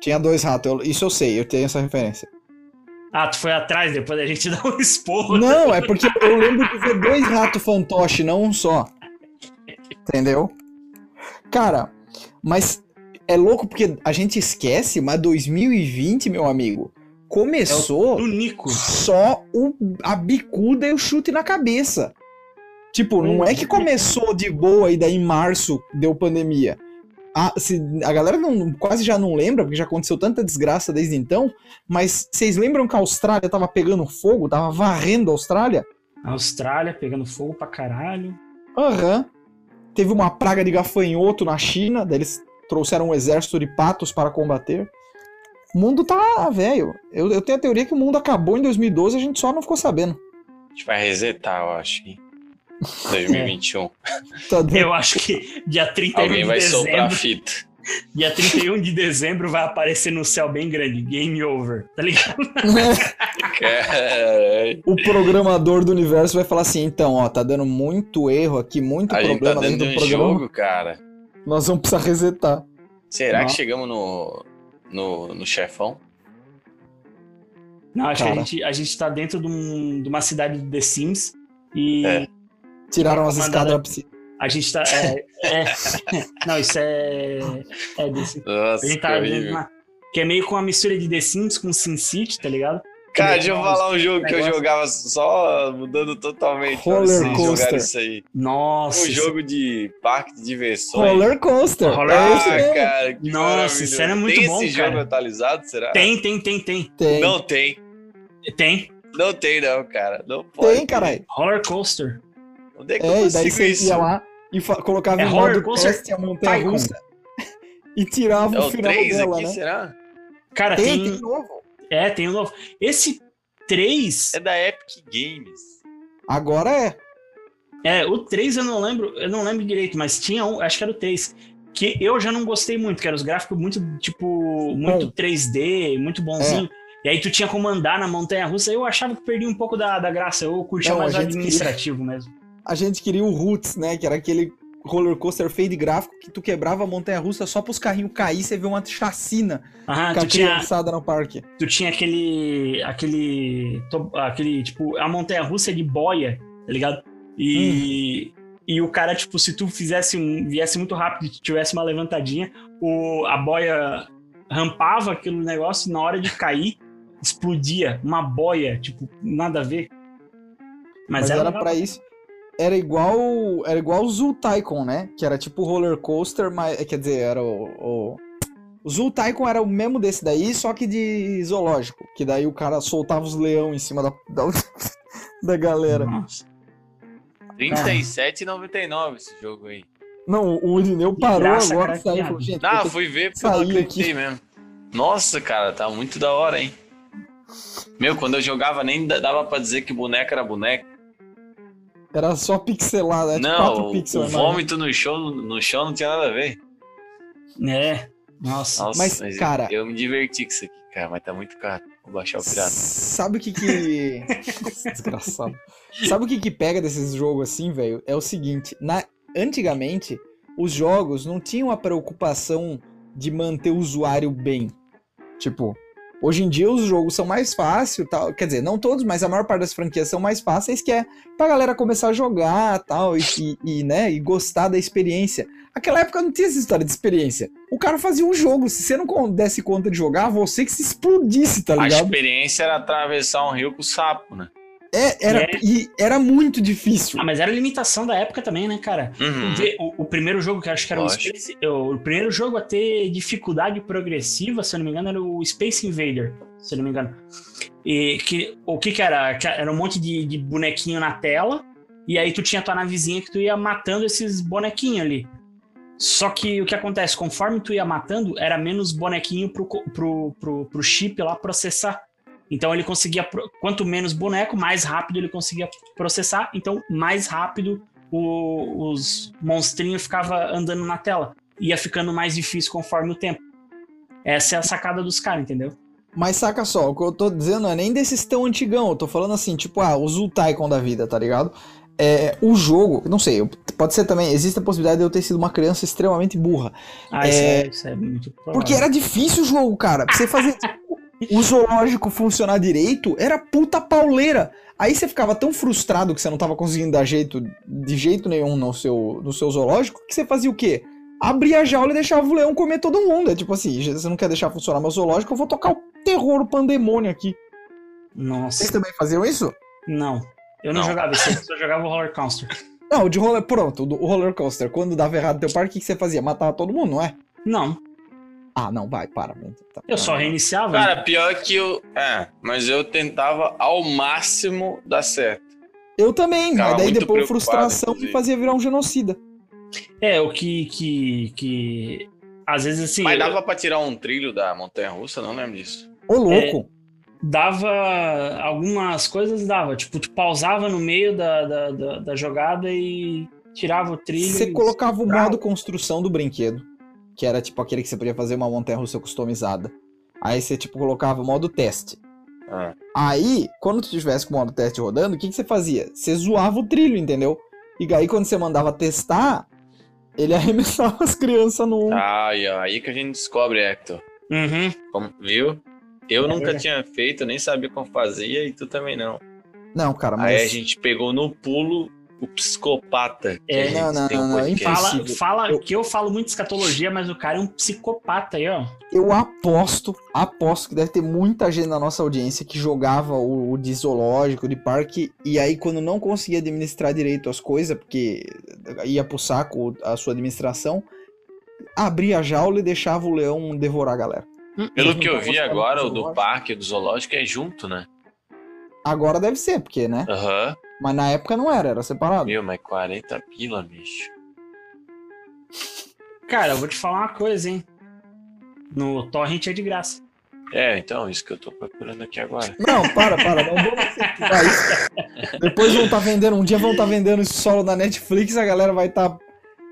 Speaker 1: Tinha dois ratos, eu- isso eu sei, eu tenho essa referência.
Speaker 2: Ah, tu foi atrás depois da gente dar um esporro.
Speaker 1: Não, é porque eu lembro de ver dois ratos fantoche, não um só. Entendeu? Cara, mas é louco porque a gente esquece, mas 2020, meu amigo, começou
Speaker 2: Do Nico.
Speaker 1: só o- a bicuda e o chute na cabeça. Tipo, não é que começou de boa e daí em março deu pandemia. A, se- a galera não, quase já não lembra, porque já aconteceu tanta desgraça desde então, mas vocês lembram que a Austrália tava pegando fogo, tava varrendo a Austrália?
Speaker 2: A Austrália pegando fogo pra caralho.
Speaker 1: Aham. Teve uma praga de gafanhoto na China, daí eles trouxeram um exército de patos para combater. O mundo tá, velho. Eu, eu tenho a teoria que o mundo acabou em 2012 e a gente só não ficou sabendo.
Speaker 3: A gente vai resetar, eu acho. hein? 2021.
Speaker 1: Tá dando-
Speaker 2: Eu acho que dia 31
Speaker 3: Alguém
Speaker 2: de
Speaker 3: vai soprar a
Speaker 2: É. dezembro.
Speaker 3: fita.
Speaker 2: Dia 31 de dezembro vai aparecer no céu bem grande. Game over. Tá ligado?
Speaker 3: Caralho.
Speaker 1: o programador do universo vai falar assim, então, ó, tá dando muito erro aqui, muito
Speaker 3: A gente tá
Speaker 1: problema
Speaker 3: dentro de
Speaker 1: dentro
Speaker 3: um
Speaker 1: do programa,
Speaker 3: jogo, cara.
Speaker 1: nós vamos precisar resetar.
Speaker 3: Será
Speaker 2: Não.
Speaker 3: que chegamos no, no, no chefão?
Speaker 2: Não, acho que
Speaker 1: Cara.
Speaker 2: a gente, a gente tá dentro de, um- de uma cidade do The Sims. E
Speaker 3: É.
Speaker 1: Tiraram as
Speaker 2: Mandada-
Speaker 1: escadas da piscina.
Speaker 2: A gente tá. É, é- não, isso é. É desse. A
Speaker 3: Nossa,
Speaker 2: gente
Speaker 3: que
Speaker 2: tá.
Speaker 3: horrível.
Speaker 2: Que é meio com uma mistura de The Sims com Sin City, tá ligado?
Speaker 3: Cara, deixa eu falar um jogo que eu
Speaker 2: negócio.
Speaker 3: jogava só mudando totalmente. pra
Speaker 1: Roller
Speaker 3: vocês jogarem
Speaker 1: coaster.
Speaker 3: Isso aí.
Speaker 2: Nossa.
Speaker 3: Um jogo de parque de diversões.
Speaker 1: Roller coaster.
Speaker 2: Roller
Speaker 1: é isso
Speaker 3: Ah,
Speaker 1: mesmo.
Speaker 3: cara, que
Speaker 2: Nossa,
Speaker 3: maravilhoso.
Speaker 2: isso era muito
Speaker 3: tem
Speaker 2: bom,
Speaker 3: esse
Speaker 2: cara.
Speaker 3: jogo atualizado, será?
Speaker 2: Tem, tem, tem, tem.
Speaker 1: Tem,
Speaker 3: Não tem.
Speaker 2: Tem.
Speaker 3: Não tem, não, cara. Não pode.
Speaker 1: tem, caralho.
Speaker 2: Roller coaster.
Speaker 3: Onde é que eu
Speaker 1: É, e daí
Speaker 3: consigo
Speaker 1: você
Speaker 3: isso?
Speaker 1: ia lá e fa- colocava
Speaker 2: É
Speaker 1: em
Speaker 2: roller
Speaker 1: modo
Speaker 2: coaster
Speaker 1: teste a montanha
Speaker 2: Tycoon.
Speaker 1: russa e tirava
Speaker 3: É
Speaker 1: o
Speaker 3: o
Speaker 1: final
Speaker 3: 3
Speaker 1: dela,
Speaker 3: aqui,
Speaker 1: né?
Speaker 3: será?
Speaker 2: Cara,
Speaker 1: Tem,
Speaker 2: tem.
Speaker 1: tem novo.
Speaker 2: É, tem um novo. Esse 3.
Speaker 3: É da Epic Games.
Speaker 1: Agora é.
Speaker 2: É, o 3 eu não lembro, eu não lembro direito, mas tinha um, acho que era o 3. Que eu já não gostei muito, que era os gráficos muito, tipo, muito
Speaker 1: Bom.
Speaker 2: 3D, muito bonzinho. E aí tu tinha como andar na montanha russa, eu achava que perdi um pouco da, da graça, eu curtia
Speaker 1: Não,
Speaker 2: mais
Speaker 1: a
Speaker 2: o
Speaker 1: gente queria-
Speaker 2: administrativo mesmo.
Speaker 1: A gente queria o Roots, né? Que era aquele roller coaster feio de gráfico que tu quebrava a montanha russa só pros carrinhos cair e você vê uma chacina
Speaker 2: Aham,
Speaker 3: Ah,
Speaker 1: com a
Speaker 2: tu tinha,
Speaker 1: criançada no parque.
Speaker 2: tu tinha aquele. aquele. to- aquele, tipo, a montanha russa de boia, tá ligado? E. E o cara, tipo, se tu fizesse um. viesse muito rápido e tivesse uma levantadinha, o, a boia rampava aquele negócio e na hora de cair, explodia uma boia, tipo, nada a ver. Mas,
Speaker 1: Mas,
Speaker 2: é era,
Speaker 1: era pra isso. Era igual, era igual o Zul Tycoon, né? Que era tipo roller coaster, mas eh, quer dizer, era o, o o Zul Tycoon era o mesmo desse daí, só que de zoológico, que daí o cara soltava os leão em cima da da, da galera.
Speaker 2: Nossa. Ah.
Speaker 3: 37,99 esse jogo aí.
Speaker 1: Não, o Irineu parou
Speaker 2: graça,
Speaker 1: agora
Speaker 2: cara,
Speaker 1: e saiu e
Speaker 2: piada.
Speaker 1: falou, gente, eu
Speaker 3: Ah,
Speaker 1: tenho
Speaker 3: fui ver porque eu não
Speaker 1: Saí
Speaker 3: acreditei mesmo. Nossa, cara, tá muito da hora, hein? Meu, quando eu jogava nem da- dava pra dizer que boneca era boneca.
Speaker 1: que- era só pixelado, era tipo
Speaker 3: não,
Speaker 1: 4
Speaker 3: o,
Speaker 1: pixels.
Speaker 3: o
Speaker 1: né?
Speaker 3: vômito no chão, no chão não tinha nada a ver.
Speaker 2: É. Nossa.
Speaker 3: Nossa,
Speaker 1: Mas, cara- Tá
Speaker 3: Eu me diverti com isso aqui, cara, mas tá muito caro. Vou baixar o pirata.
Speaker 1: Sabe o que que. Desgraçado. Sabe o que que pega desses jogos assim, velho? É o seguinte: na... antigamente, os jogos não tinham a preocupação de manter o usuário bem. Tipo, hoje em dia os jogos são mais fáceis, tal. Quer dizer, não todos, mas a maior parte das franquias são mais fáceis, que é pra galera começar a jogar tal, e, e, e, né, e gostar da experiência. Aquela época não tinha essa história de experiência. O cara fazia um jogo. Se você não con- desse conta de jogar, você que se explodisse, tá
Speaker 3: A
Speaker 1: ligado?
Speaker 3: experiência era atravessar um rio com o sapo, né?
Speaker 1: É, era,
Speaker 2: É.
Speaker 1: E era muito difícil.
Speaker 2: Ah, mas era limitação da época também, né, cara?
Speaker 3: Uhum.
Speaker 2: Vê, O, o primeiro jogo que eu acho que era o,
Speaker 3: Lógico.
Speaker 2: Space- o primeiro jogo a ter dificuldade progressiva, se eu não me engano, era o Space Invader, se eu não me engano. E que o que que era? Que Era um monte de, de bonequinho na tela e aí tu tinha tua navezinha que tu ia matando esses bonequinhos ali. Só que o que acontece, conforme tu ia matando, era menos bonequinho pro, co- pro, pro, pro chip lá processar. Então ele conseguia, pro- quanto menos boneco, mais rápido ele conseguia processar. Então, mais rápido o- os monstrinhos ficavam andando na tela. Ia ficando mais difícil conforme o tempo. Essa é a sacada dos caras, entendeu?
Speaker 1: Mas saca só, o que eu tô dizendo não é nem desses tão antigão. Eu tô falando assim, tipo, ah, o Zultaikon da vida, tá ligado? É, o jogo, não sei, eu- pode ser também, existe a possibilidade de eu ter sido uma criança extremamente burra.
Speaker 2: Ah, isso é, isso é muito provável.
Speaker 1: Porque era difícil o jogo, cara. Pra você fazer o zoológico funcionar direito, era puta pauleira. Aí você ficava tão frustrado que você não tava conseguindo dar jeito de jeito nenhum no seu, no seu zoológico, que você fazia o quê? Abria a jaula e deixava o leão comer todo mundo. É tipo assim, "Já- você não quer deixar funcionar meu zoológico, eu vou tocar o terror, o pandemônio aqui. Vocês
Speaker 2: Nossa,
Speaker 1: também faziam isso?
Speaker 2: não. Eu não,
Speaker 3: Não.
Speaker 2: jogava isso, eu só jogava o Roller Coaster.
Speaker 1: Não, o de roller, pronto, o do- o roller coaster. Quando dava errado no teu parque, o que que você fazia? Matava todo mundo, não é?
Speaker 2: Não,
Speaker 1: Ah, não, vai, para. mano. Tá.
Speaker 2: eu só reiniciava.
Speaker 3: Cara, pior que eu. É, mas eu tentava ao máximo dar certo.
Speaker 1: Eu também,
Speaker 3: Ficava
Speaker 1: mas daí
Speaker 3: um muito
Speaker 1: depois a
Speaker 3: preocupado,
Speaker 1: frustração me
Speaker 3: inclusive.
Speaker 1: fazia virar um genocida.
Speaker 2: É, o que, que. que. Às vezes assim.
Speaker 3: Mas
Speaker 2: eu-
Speaker 3: dava pra tirar um trilho da Montanha Russa, não lembro disso.
Speaker 1: Ô, louco.
Speaker 2: dava algumas coisas dava tipo tu pausava no meio da, da, da- da jogada e tirava o trilho
Speaker 1: Você
Speaker 2: e-
Speaker 1: colocava o
Speaker 2: Bravo.
Speaker 1: modo construção do brinquedo, que era tipo aquele que você podia fazer uma montanha russa customizada. Aí você tipo colocava o modo teste.
Speaker 3: Ah.
Speaker 1: Aí, quando tu tivesse com o modo teste rodando, o que, que você fazia? Você zoava o trilho, entendeu? E aí quando você mandava testar, ele arremessava as crianças no.
Speaker 3: Ah. Aí, ó, aí que a gente descobre, Hector.
Speaker 2: Uhum.
Speaker 3: Como, viu? Eu
Speaker 2: É.
Speaker 3: nunca tinha feito, nem sabia como fazia e tu também não.
Speaker 1: Não, cara, Tá, mas.
Speaker 3: Aí é a gente pegou no pulo o psicopata. que
Speaker 2: É.
Speaker 3: a gente
Speaker 1: Não, não,
Speaker 3: tem um
Speaker 1: não, não,
Speaker 3: podcast.
Speaker 1: impossível.
Speaker 2: fala fala
Speaker 1: Eu-
Speaker 2: que eu falo muito de escatologia mas o cara é um psicopata aí ó
Speaker 1: Eu aposto, aposto que deve ter muita gente na nossa audiência que jogava o, o de zoológico, de parque, e aí quando não conseguia administrar direito as coisas, porque ia pro saco a sua administração, abria a jaula e deixava o leão devorar a galera.
Speaker 3: Pelo que eu vi
Speaker 1: Gostava do
Speaker 3: agora, o do
Speaker 1: zoológico.
Speaker 3: parque, do zoológico, é junto, né?
Speaker 1: Agora deve ser, porque, né?
Speaker 3: Aham.
Speaker 1: Mas na época não era, era separado.
Speaker 3: Meu, mas 40 pila, bicho.
Speaker 2: cara eu vou te falar uma coisa hein no torrent é de graça
Speaker 3: É, então, isso que eu tô procurando aqui agora.
Speaker 1: Não, para, para, não vamos incentivar isso. Depois vão estar vendendo, um dia vão estar vendendo isso solo na Netflix, a galera vai estar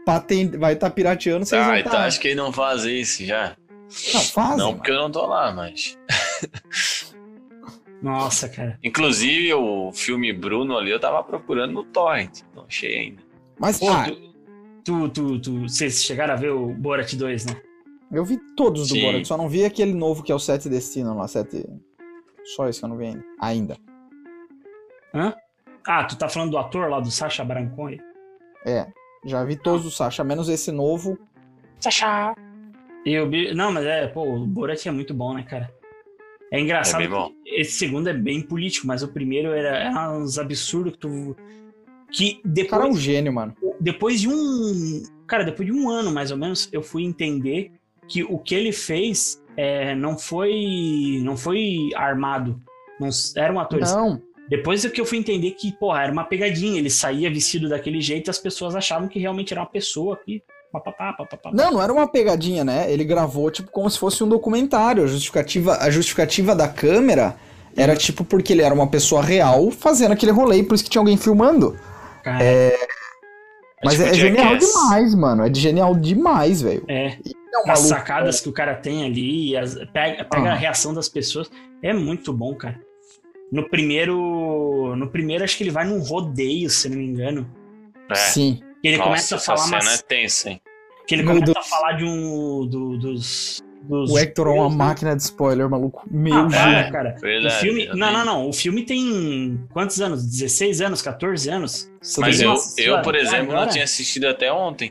Speaker 1: patente, vai estar pirateando, vocês
Speaker 3: Ah,
Speaker 1: vão
Speaker 3: então
Speaker 1: tá-
Speaker 3: acho que ele não faz isso já.
Speaker 1: Não, fazem.
Speaker 3: não,
Speaker 1: mano.
Speaker 3: porque eu não tô lá, mas.
Speaker 2: nossa cara
Speaker 3: Inclusive, o filme Bruno ali eu tava procurando no Torrent. Não achei ainda.
Speaker 1: Mas,
Speaker 2: Pô,
Speaker 1: ah,
Speaker 2: tu, tu, tu, tu- vocês chegaram a ver o Borat 2 né
Speaker 1: eu vi todos do
Speaker 3: Sim.
Speaker 1: Borat, só não vi aquele novo que é o Sete Destino lá, Sete... Só isso que eu não vi ainda. Ainda.
Speaker 2: Hã? ah tu tá falando do ator lá do Sacha Baron Cohen
Speaker 1: Já vi todos os Sasha, menos esse novo.
Speaker 2: Sasha! E o Bi- Não, mas é, pô, o Borat é muito bom, né, cara? É
Speaker 3: É
Speaker 2: engraçado.
Speaker 3: bem bom.
Speaker 2: que esse segundo é bem político, mas o primeiro era, era uns absurdos que tu. Que
Speaker 1: O cara é um
Speaker 2: depois,
Speaker 1: gênio, mano.
Speaker 2: depois de um. Cara, depois de um ano, mais ou menos, eu fui entender que o que ele fez é, não foi. não foi armado. Não, s- eram atores.
Speaker 1: Não,
Speaker 2: Depois é que eu fui entender que, porra, era uma pegadinha. Ele saía vestido daquele jeito e as pessoas achavam que realmente era uma pessoa que. Papapá, papapá.
Speaker 1: não, não era uma pegadinha, né? Ele gravou, tipo, como se fosse um documentário. A justificativa, a justificativa da câmera era, tipo, porque ele era uma pessoa real fazendo aquele rolê, e por isso que tinha alguém filmando.
Speaker 2: Cara,
Speaker 1: Mas
Speaker 3: tipo
Speaker 1: é, é genial
Speaker 3: Jackass.
Speaker 1: demais, mano. É de genial demais, velho.
Speaker 2: é.
Speaker 1: É um
Speaker 2: as
Speaker 1: maluco,
Speaker 2: sacadas que o cara tem ali, as- pega, pega a reação das pessoas. É muito bom, cara. No primeiro. No primeiro, acho que ele vai num rodeio, se não me engano.
Speaker 1: né?
Speaker 3: É.
Speaker 1: Sim.
Speaker 2: E ele
Speaker 3: Nossa,
Speaker 2: começa a
Speaker 3: essa
Speaker 2: falar
Speaker 3: cena
Speaker 2: umas-
Speaker 3: é tensa, hein?
Speaker 2: que ele
Speaker 1: Meu
Speaker 2: começa a
Speaker 1: Deus.
Speaker 2: falar de um. do- dos. dos
Speaker 1: O Hector é uma
Speaker 2: judeus, né?
Speaker 1: máquina de spoiler, maluco. Meu
Speaker 2: Ah,
Speaker 1: Deus.
Speaker 2: para,
Speaker 3: Deus.
Speaker 2: cara. O
Speaker 1: é,
Speaker 3: Verdade.
Speaker 2: filme.
Speaker 3: eu
Speaker 2: Não,
Speaker 3: nem-
Speaker 2: não, não. O filme tem quantos anos? 16 anos, 14 anos?
Speaker 3: Mas eu,
Speaker 2: Nossa
Speaker 3: eu,
Speaker 2: senhora,
Speaker 3: por
Speaker 2: é
Speaker 3: exemplo,
Speaker 2: agora?
Speaker 3: não tinha assistido até ontem.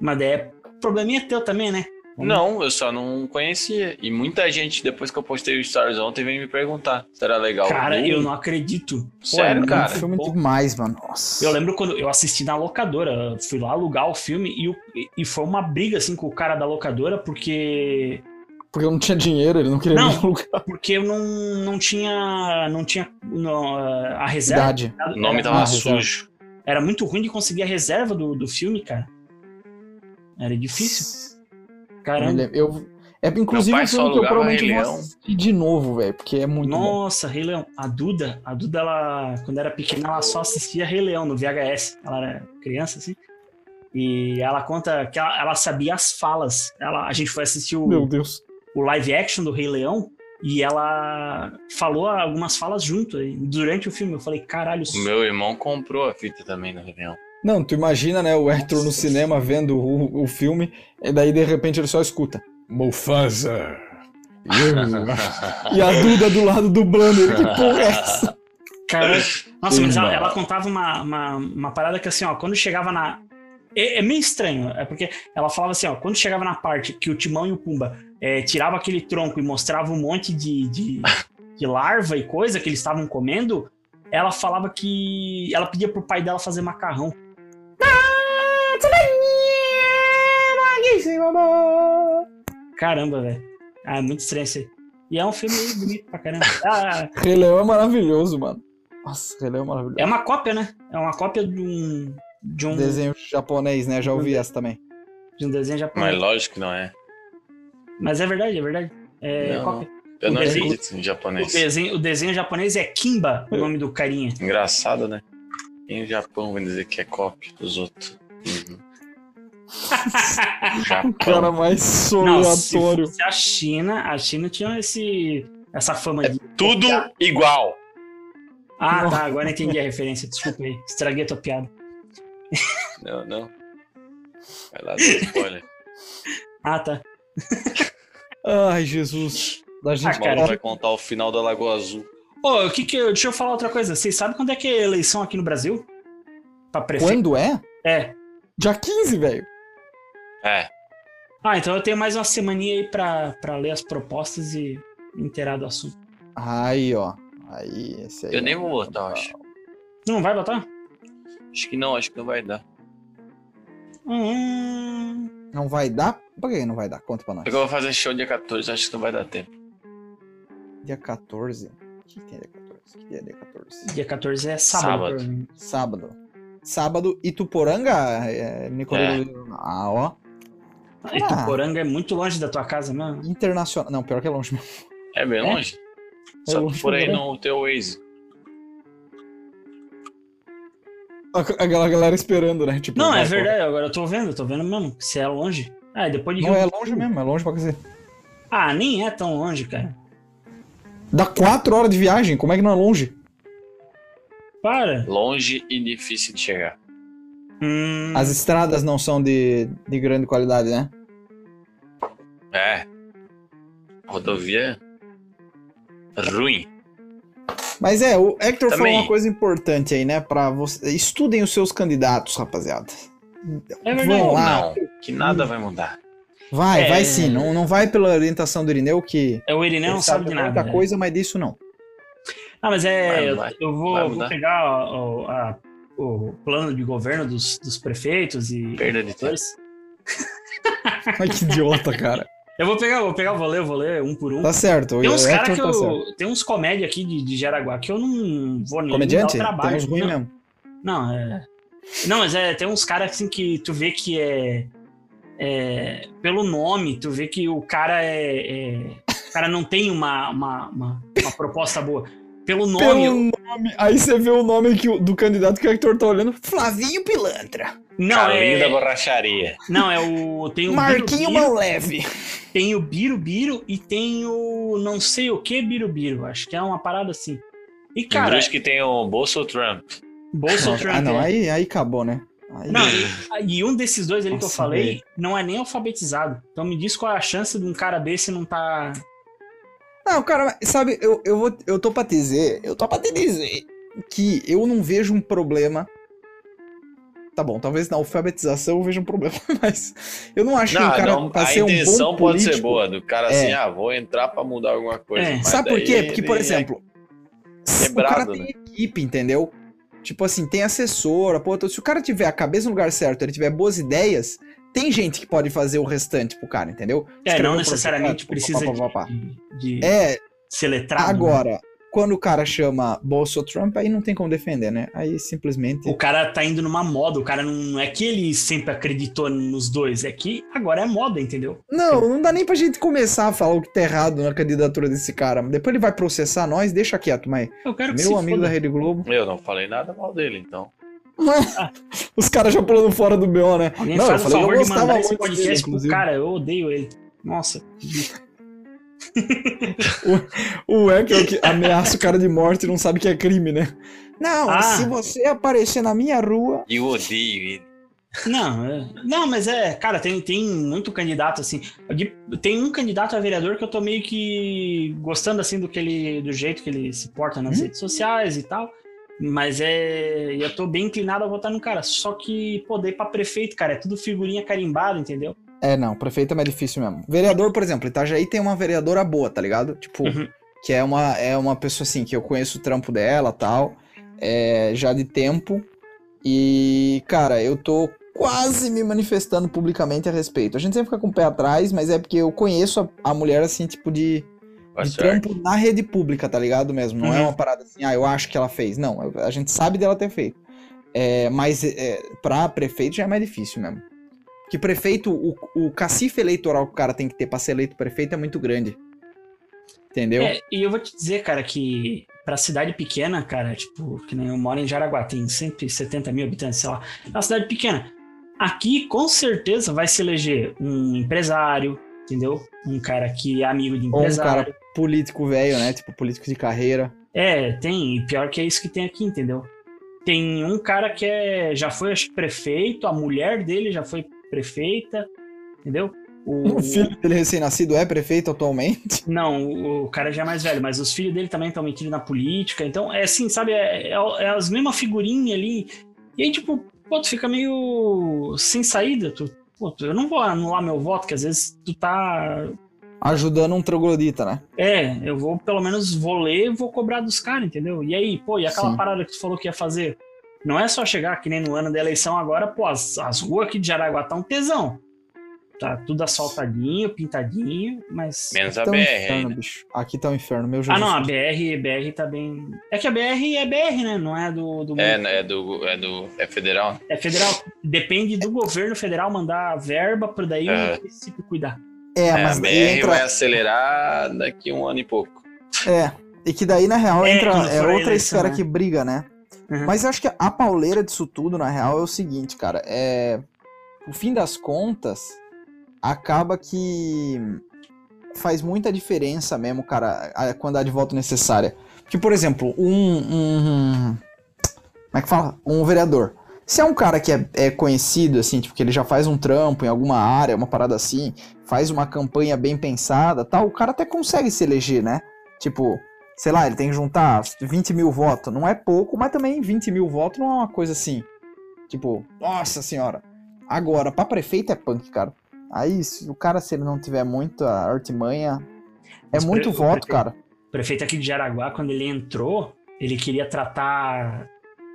Speaker 2: Mas daí é probleminha teu também, né? Hum.
Speaker 3: Não, eu só não conhecia. E muita gente, depois que eu postei o Stories ontem, veio me perguntar se era legal.
Speaker 2: Cara,
Speaker 3: Hum,
Speaker 2: eu não acredito.
Speaker 3: Sério,
Speaker 1: Tá Pô, É
Speaker 3: cara?
Speaker 1: um filme
Speaker 3: Pô,
Speaker 1: demais, mano. Nossa.
Speaker 2: Eu lembro quando eu assisti na locadora, fui lá alugar o filme e, o- e- e foi uma briga assim com o cara da locadora porque
Speaker 1: Porque eu não tinha dinheiro, ele não queria
Speaker 2: Não.
Speaker 1: me alugar.
Speaker 2: porque eu não, não tinha não tinha não, a reserva.
Speaker 1: Idade.
Speaker 3: O nome
Speaker 2: era,
Speaker 3: tava
Speaker 1: Ah,
Speaker 3: sujo.
Speaker 2: era muito ruim de conseguir a reserva do, do filme, cara. Era difícil,
Speaker 1: Eu,
Speaker 2: caramba.
Speaker 1: lembro- eu- é inclusive
Speaker 3: pai
Speaker 1: um filme
Speaker 3: só
Speaker 1: que eu
Speaker 3: alugava
Speaker 1: provavelmente
Speaker 3: Rei
Speaker 1: vou
Speaker 3: Leão.
Speaker 1: assistir de novo, velho, porque é muito bom.
Speaker 2: Nossa, Rei Leão. A Duda, a Duda, ela, quando era pequena, ela só assistia Rei Leão no VHS. Ela era criança, assim. E ela conta que ela, ela sabia as falas. Ela, a gente foi assistir o,
Speaker 1: Meu Deus.
Speaker 2: o live action do Rei Leão e ela falou algumas falas junto aí, durante o filme. Eu falei, caralho,
Speaker 3: O meu irmão comprou a fita também na reunião.
Speaker 2: Hum.
Speaker 1: Não, tu imagina, né, o Hector no
Speaker 2: Nossa.
Speaker 1: cinema vendo o, o filme, e daí de repente ele só escuta. Mufasa. e a Duda do lado do ele. Que porra é essa?
Speaker 2: cara. Nossa, mas ela,
Speaker 3: Pumba.
Speaker 2: ela contava uma, uma, uma parada que assim, ó, quando chegava na. É, é meio estranho, é porque ela falava assim, ó, quando chegava na parte que o Timão e o Pumba é, tirava aquele tronco e mostrava um monte de, de, de larva e coisa que eles estavam comendo, ela falava que. Ela pedia pro pai dela fazer macarrão. Caramba, velho. Ah, é muito estranho isso aí. E é um filme bonito pra caramba. Ah,
Speaker 1: Rei Leão é maravilhoso, mano. Nossa, Rei Leão é maravilhoso.
Speaker 2: é uma cópia, né? É uma cópia de um. De um,
Speaker 1: Desenho japonês, né? Já ouvi essa também.
Speaker 2: de um desenho
Speaker 3: Mas
Speaker 2: japonês.
Speaker 3: lógico que não é.
Speaker 2: Mas, é verdade, é verdade. É
Speaker 3: Não,
Speaker 2: cópia.
Speaker 3: Eu
Speaker 2: O
Speaker 3: não
Speaker 2: desenho-
Speaker 3: acredito em
Speaker 2: O
Speaker 3: japonês.
Speaker 2: desenho, o desenho japonês é Kimba, o nome do carinha.
Speaker 3: Engraçado, né? Em Japão vão dizer que é cópia dos outros. Uhum.
Speaker 1: O cara um
Speaker 3: Japão.
Speaker 1: mais
Speaker 2: Não, se
Speaker 1: sonhatório.
Speaker 2: fosse a China, a China tinha esse, essa fama de.
Speaker 3: Tudo igual.
Speaker 2: Ah,
Speaker 1: Não.
Speaker 2: tá, agora entendi a referência. Desculpa aí, estraguei a tua piada.
Speaker 3: Não, não. Vai lá, dá spoiler.
Speaker 2: Ah, tá.
Speaker 1: Ai, Jesus. Da gente
Speaker 2: Ah,
Speaker 3: O maluco
Speaker 2: cara.
Speaker 3: vai contar o final da Lagoa Azul.
Speaker 2: Ô, o que que. eu- Deixa eu falar outra coisa. Vocês sabem quando é que é eleição aqui no Brasil? Pra prefeito?
Speaker 1: Quando é?
Speaker 2: É,
Speaker 1: Dia 15, velho.
Speaker 3: É,
Speaker 2: Ah, então eu tenho mais uma semaninha aí pra, pra ler as propostas e inteirar do assunto.
Speaker 1: Aí, ó. Aí, esse aí. é
Speaker 3: eu nem
Speaker 1: ó.
Speaker 3: vou botar, eu acho.
Speaker 2: Tu não vai botar?
Speaker 3: Acho que não, acho que não vai dar.
Speaker 2: Hum,
Speaker 1: Não vai dar? Por que não vai dar? Conta pra nós.
Speaker 3: Porque É eu vou fazer show dia 14, acho que não vai dar tempo.
Speaker 1: Dia 14. O que tem dia 14? Que dia é dia 14?
Speaker 2: dia 14 é sábado.
Speaker 3: Sábado.
Speaker 2: provavelmente.
Speaker 1: Sábado. Sábado, Ituporanga, é, Nicolau. Ah, ó.
Speaker 2: Ah, Ituporanga é muito longe da tua casa mesmo.
Speaker 1: Internacional. Não, pior que é longe mesmo.
Speaker 3: É bem
Speaker 2: É?
Speaker 3: longe.
Speaker 1: É
Speaker 3: Só
Speaker 1: longe
Speaker 3: por aí
Speaker 1: mesmo.
Speaker 3: no teu Waze.
Speaker 1: A- Aquela galera esperando, né? Tipo,
Speaker 2: Não,
Speaker 1: vai,
Speaker 2: é
Speaker 1: pô.
Speaker 2: verdade, agora eu tô vendo, eu tô vendo mesmo. Se é longe. Ah, e depois de
Speaker 1: Não,
Speaker 2: Rio-
Speaker 1: é longe mesmo, é longe pra cacete.
Speaker 2: Ah, nem é tão longe, cara.
Speaker 1: Dá 4 horas de viagem, como é que não é longe?
Speaker 2: Para.
Speaker 3: Longe e difícil de chegar.
Speaker 2: Hum,
Speaker 1: As estradas não são de, de grande qualidade, né?
Speaker 3: É. Rodovia ruim.
Speaker 1: Mas é, o Hector
Speaker 3: Também.
Speaker 1: falou uma coisa importante aí, né? Pra você... Estudem os seus candidatos, rapaziada.
Speaker 2: é verdade.
Speaker 1: Vão lá.
Speaker 3: Não, que nada vai mudar.
Speaker 1: Vai,
Speaker 2: É.
Speaker 1: vai sim. Não, não vai pela orientação do Irineu, que
Speaker 2: É o Irineu
Speaker 1: ele
Speaker 2: não sabe de nada.
Speaker 1: muita
Speaker 2: né?
Speaker 1: coisa, mas disso não.
Speaker 2: Ah, mas é.
Speaker 3: Vai,
Speaker 2: eu-
Speaker 3: vai,
Speaker 2: eu vou,
Speaker 3: vai
Speaker 2: vou
Speaker 3: mudar.
Speaker 2: pegar ó, ó, a- o plano de governo dos, dos prefeitos e.
Speaker 3: Perda de tempo.
Speaker 1: Ai, que idiota, cara.
Speaker 2: Eu vou pegar, vou pegar, vou ler, vou ler um por um.
Speaker 1: Tá certo.
Speaker 2: Tem
Speaker 1: o
Speaker 2: uns caras
Speaker 1: Hector
Speaker 2: que
Speaker 1: tá certo.
Speaker 2: eu. Tem uns comédia aqui de, de Jaraguá que eu não vou nem
Speaker 1: Comediante?
Speaker 2: dar o
Speaker 1: Tem
Speaker 2: trabalho.
Speaker 1: uns ruins
Speaker 2: não,
Speaker 1: mesmo.
Speaker 2: não, é. Não, mas é, tem uns caras assim que tu vê que é, é, Pelo nome, tu vê que o cara é. é- o cara não tem uma, uma, uma- uma proposta boa. Pelo nome. eu-
Speaker 1: Pelo nome. Aí você vê o nome que, o- do candidato que o Hector tá olhando. Flavinho Pilantra.
Speaker 2: Não,
Speaker 3: Carlinho da
Speaker 2: é,
Speaker 3: borracharia.
Speaker 2: não, é o. Tem o
Speaker 1: Marquinho
Speaker 2: Birubiru,
Speaker 1: Mão Leve.
Speaker 2: tem o Birubiru e tem o não sei o que Birubiru. Acho que é uma parada assim. E,
Speaker 3: Cara,
Speaker 2: cara,
Speaker 3: que tem o Bolso Trump.
Speaker 1: Não,
Speaker 2: Bolsonaro.
Speaker 1: ah, não, aí, aí acabou, né? Aí-
Speaker 2: Não, e, e um desses dois ali que eu
Speaker 1: Nossa,
Speaker 2: falei
Speaker 1: velho.
Speaker 2: não é nem alfabetizado. Então me diz qual é a chance de um cara desse não tá.
Speaker 1: Não, cara, sabe, eu, eu, vou, eu tô pra te dizer, eu tô pra te dizer que eu não vejo um problema. Tá bom, talvez na alfabetização eu veja um problema, mas eu não acho que
Speaker 3: Não,
Speaker 1: um cara
Speaker 3: não,
Speaker 1: pra
Speaker 3: a
Speaker 1: ser um bom
Speaker 3: intenção pode ser
Speaker 1: político-
Speaker 3: boa, do cara
Speaker 1: É.
Speaker 3: assim, ah, vou entrar pra mudar alguma coisa.
Speaker 2: É.
Speaker 3: mas
Speaker 1: Sabe por
Speaker 3: daí
Speaker 1: quê? Porque, por
Speaker 3: ele- é
Speaker 1: exemplo, o cara
Speaker 3: quebrado,
Speaker 1: tem
Speaker 3: né?
Speaker 1: equipe, entendeu? Tipo assim, tem assessora, pô, então se o cara tiver a cabeça no lugar certo, ele tiver boas ideias, tem gente que pode fazer o restante pro cara, entendeu?
Speaker 2: É,
Speaker 1: Escrever
Speaker 2: não
Speaker 1: um
Speaker 2: necessariamente
Speaker 1: projeto,
Speaker 2: precisa
Speaker 1: pá, pá, pá, pá.
Speaker 2: de, de
Speaker 1: É,
Speaker 2: ser letrado. né?
Speaker 1: Agora, quando o cara chama Bolso Trump, aí não tem como defender, né? Aí simplesmente.
Speaker 2: O cara tá indo numa moda, o cara não, não é que ele sempre acreditou nos dois, é que agora é moda, entendeu?
Speaker 1: Não, não dá nem pra gente começar a falar o que tá errado na candidatura desse cara. Depois ele vai processar nós, deixa quieto, mas.
Speaker 2: Eu quero que se
Speaker 1: Meu amigo da
Speaker 2: foda.
Speaker 1: Rede Globo.
Speaker 3: Eu não falei nada mal dele, então.
Speaker 1: Os caras já pulando fora do BO, né?
Speaker 2: Alguém
Speaker 1: não, eu
Speaker 2: faz o
Speaker 1: falei, eu
Speaker 2: favor de
Speaker 1: gostava
Speaker 2: mandar esse
Speaker 1: muito
Speaker 2: podcast
Speaker 1: dele,
Speaker 2: pro
Speaker 1: inclusive.
Speaker 2: cara, eu odeio ele. Nossa,
Speaker 1: O Hector que ameaça o cara de morte e não sabe que é crime, né? Não,
Speaker 2: Ah.
Speaker 1: se você aparecer na minha rua.
Speaker 3: E eu odeio ele.
Speaker 2: Não, é- não, mas é, cara, tem, tem muito candidato assim. De- Tem um candidato a vereador que eu tô meio que gostando assim do que ele, do jeito que ele se porta nas
Speaker 1: Hum?
Speaker 2: redes sociais e tal. Mas é, eu tô bem inclinado a votar no cara. Só que poder pra prefeito, cara, é tudo figurinha carimbada, entendeu?
Speaker 1: É, não, prefeito é mais difícil mesmo. Vereador, por exemplo, Itajaí tem uma vereadora boa, tá ligado? Tipo,
Speaker 2: Uhum.
Speaker 1: que é uma, é uma pessoa assim, que eu conheço o trampo dela tal, é, já de tempo. E, cara, eu tô quase me manifestando publicamente a respeito. A gente sempre fica com o pé atrás, mas é porque eu conheço a, a mulher assim, tipo, de,
Speaker 3: Tá
Speaker 1: de
Speaker 3: certo.
Speaker 1: trampo na rede pública, tá ligado mesmo? Não é
Speaker 2: Uhum.
Speaker 1: uma parada assim, ah, eu acho que ela fez. Não, eu- a gente sabe dela ter feito. É, mas é, pra prefeito já é mais difícil mesmo. Que prefeito, o, o cacife eleitoral que o cara tem que ter pra ser eleito prefeito é muito grande. Entendeu?
Speaker 2: É, e eu vou te dizer, cara, que pra cidade pequena, cara, tipo, que nem eu moro em Jaraguá, tem 170 mil habitantes, sei lá, é uma cidade pequena. Aqui, com certeza, vai se eleger um empresário, entendeu? Um cara que é amigo de
Speaker 1: Ou um
Speaker 2: empresário.
Speaker 1: cara político velho, né? Tipo, político de carreira.
Speaker 2: É, tem, e pior que é isso que tem aqui, entendeu? Tem um cara que é, já foi, acho que, prefeito, a mulher dele já foi prefeita, entendeu? O,
Speaker 1: O filho dele recém-nascido é prefeito atualmente.
Speaker 2: Não, o- o cara já é mais velho, mas os filhos dele também estão metidos na política. Então, é assim, sabe? É, é- é as mesmas figurinhas ali. E aí, tipo, pô, tu fica meio sem saída. Tu, pô, tu- eu não vou anular meu voto, que às vezes tu tá.
Speaker 1: Ajudando um troglodita, né?
Speaker 2: É, eu vou, pelo menos, vou ler e vou cobrar dos caras, entendeu? E aí, pô, e aquela
Speaker 1: Sim.
Speaker 2: parada que tu falou que ia fazer? Não é só chegar que nem no ano da eleição agora, pô, as, as ruas aqui de Jaraguá tá um tesão. Tá tudo asfaltadinho, pintadinho, mas.
Speaker 3: Menos a
Speaker 1: Tá um
Speaker 3: BR aí,
Speaker 1: inferno,
Speaker 3: né?
Speaker 1: bicho. Aqui tá um inferno, meu
Speaker 2: Ah,
Speaker 1: Jesus.
Speaker 2: não, a BR, BR tá bem. É que a BR é BR, né? Não é do. do
Speaker 3: É, né, é do, é do. É federal?
Speaker 2: é federal. Depende do governo federal mandar a verba pra daí
Speaker 3: É.
Speaker 2: o município cuidar.
Speaker 1: É,
Speaker 3: É, a
Speaker 1: mas
Speaker 3: BR
Speaker 1: daí
Speaker 3: vai
Speaker 1: entra.
Speaker 3: acelerar daqui um ano e pouco.
Speaker 1: É. E que daí, na real,
Speaker 2: É,
Speaker 1: entra.
Speaker 2: quando
Speaker 1: É
Speaker 2: for a
Speaker 1: outra
Speaker 2: eleição,
Speaker 1: esfera
Speaker 2: né?
Speaker 1: que briga, né?
Speaker 2: Uhum.
Speaker 1: Mas eu acho que a pauleira disso tudo, na real, é o seguinte, cara. É. No fim das contas, acaba que. Faz muita diferença mesmo, cara, a quantidade de voto necessária. Porque, por exemplo, um. um- como é que fala? Um vereador. Se é um cara que é, é conhecido, assim, tipo, que ele já faz um trampo em alguma área, uma parada assim, faz uma campanha bem pensada tal, o cara até consegue se eleger, né? Tipo, sei lá, ele tem que juntar 20 mil votos. Não é pouco, mas também 20 mil votos não é uma coisa assim. Tipo, nossa senhora. Agora, pra prefeito é punk, cara. Aí, se o cara, se ele não tiver muita artimanha, é
Speaker 2: Mas
Speaker 1: muito
Speaker 2: pre- o
Speaker 1: voto,
Speaker 2: prefeito-
Speaker 1: cara.
Speaker 2: O prefeito aqui de Jaraguá, quando ele entrou, ele queria tratar.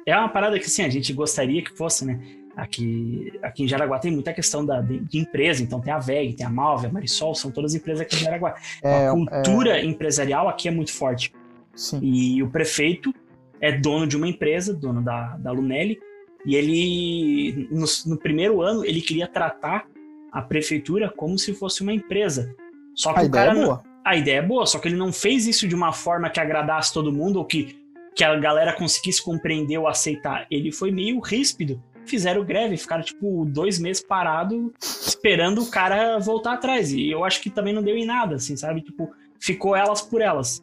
Speaker 2: É uma parada que, sim, a gente gostaria que fosse, né? Aqui, aqui em Jaraguá tem muita questão da, de, de empresa, então tem a VEG, tem a Malve, a Marisol, são todas empresas aqui em Jaraguá.
Speaker 1: É,
Speaker 2: a cultura empresarial aqui é muito forte.
Speaker 1: sim.
Speaker 2: E o prefeito é dono de uma empresa, dono da, da Lunelli, e ele, no, no primeiro ano, ele queria tratar a prefeitura como se fosse uma empresa. Só que
Speaker 1: A
Speaker 2: o
Speaker 1: ideia
Speaker 2: cara
Speaker 1: é
Speaker 2: não-
Speaker 1: boa.
Speaker 2: a ideia é boa, só que ele não fez isso de uma forma que agradasse todo mundo ou que, que a galera conseguisse compreender ou aceitar. Ele foi meio ríspido. Fizeram greve, ficaram tipo dois meses parado esperando o cara voltar atrás. E eu acho que também não deu em nada, assim, sabe? Tipo, ficou elas por elas.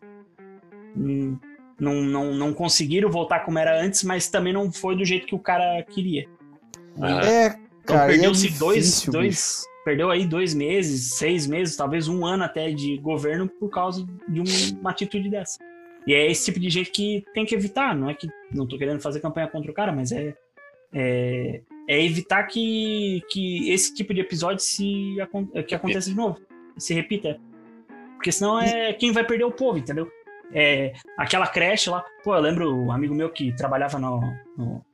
Speaker 2: Hum, Não, não, não conseguiram voltar como era antes, mas também não foi do jeito que o cara queria.
Speaker 3: Ah,
Speaker 1: É,
Speaker 2: Então
Speaker 1: cara. e é
Speaker 2: perdeu-se dois,
Speaker 1: difícil,
Speaker 2: dois,
Speaker 1: bicho.
Speaker 2: perdeu aí dois meses, seis meses, talvez um ano até de governo por causa de um- uma atitude dessa. E é esse tipo de gente que tem que evitar, não é que não tô querendo fazer campanha contra o cara, mas é é, é evitar que, que esse tipo de episódio se acon- que aconteça de novo, se repita. Porque senão é quem vai perder é o povo, entendeu? É, aquela creche lá, pô, eu lembro um amigo meu que trabalhava no, no-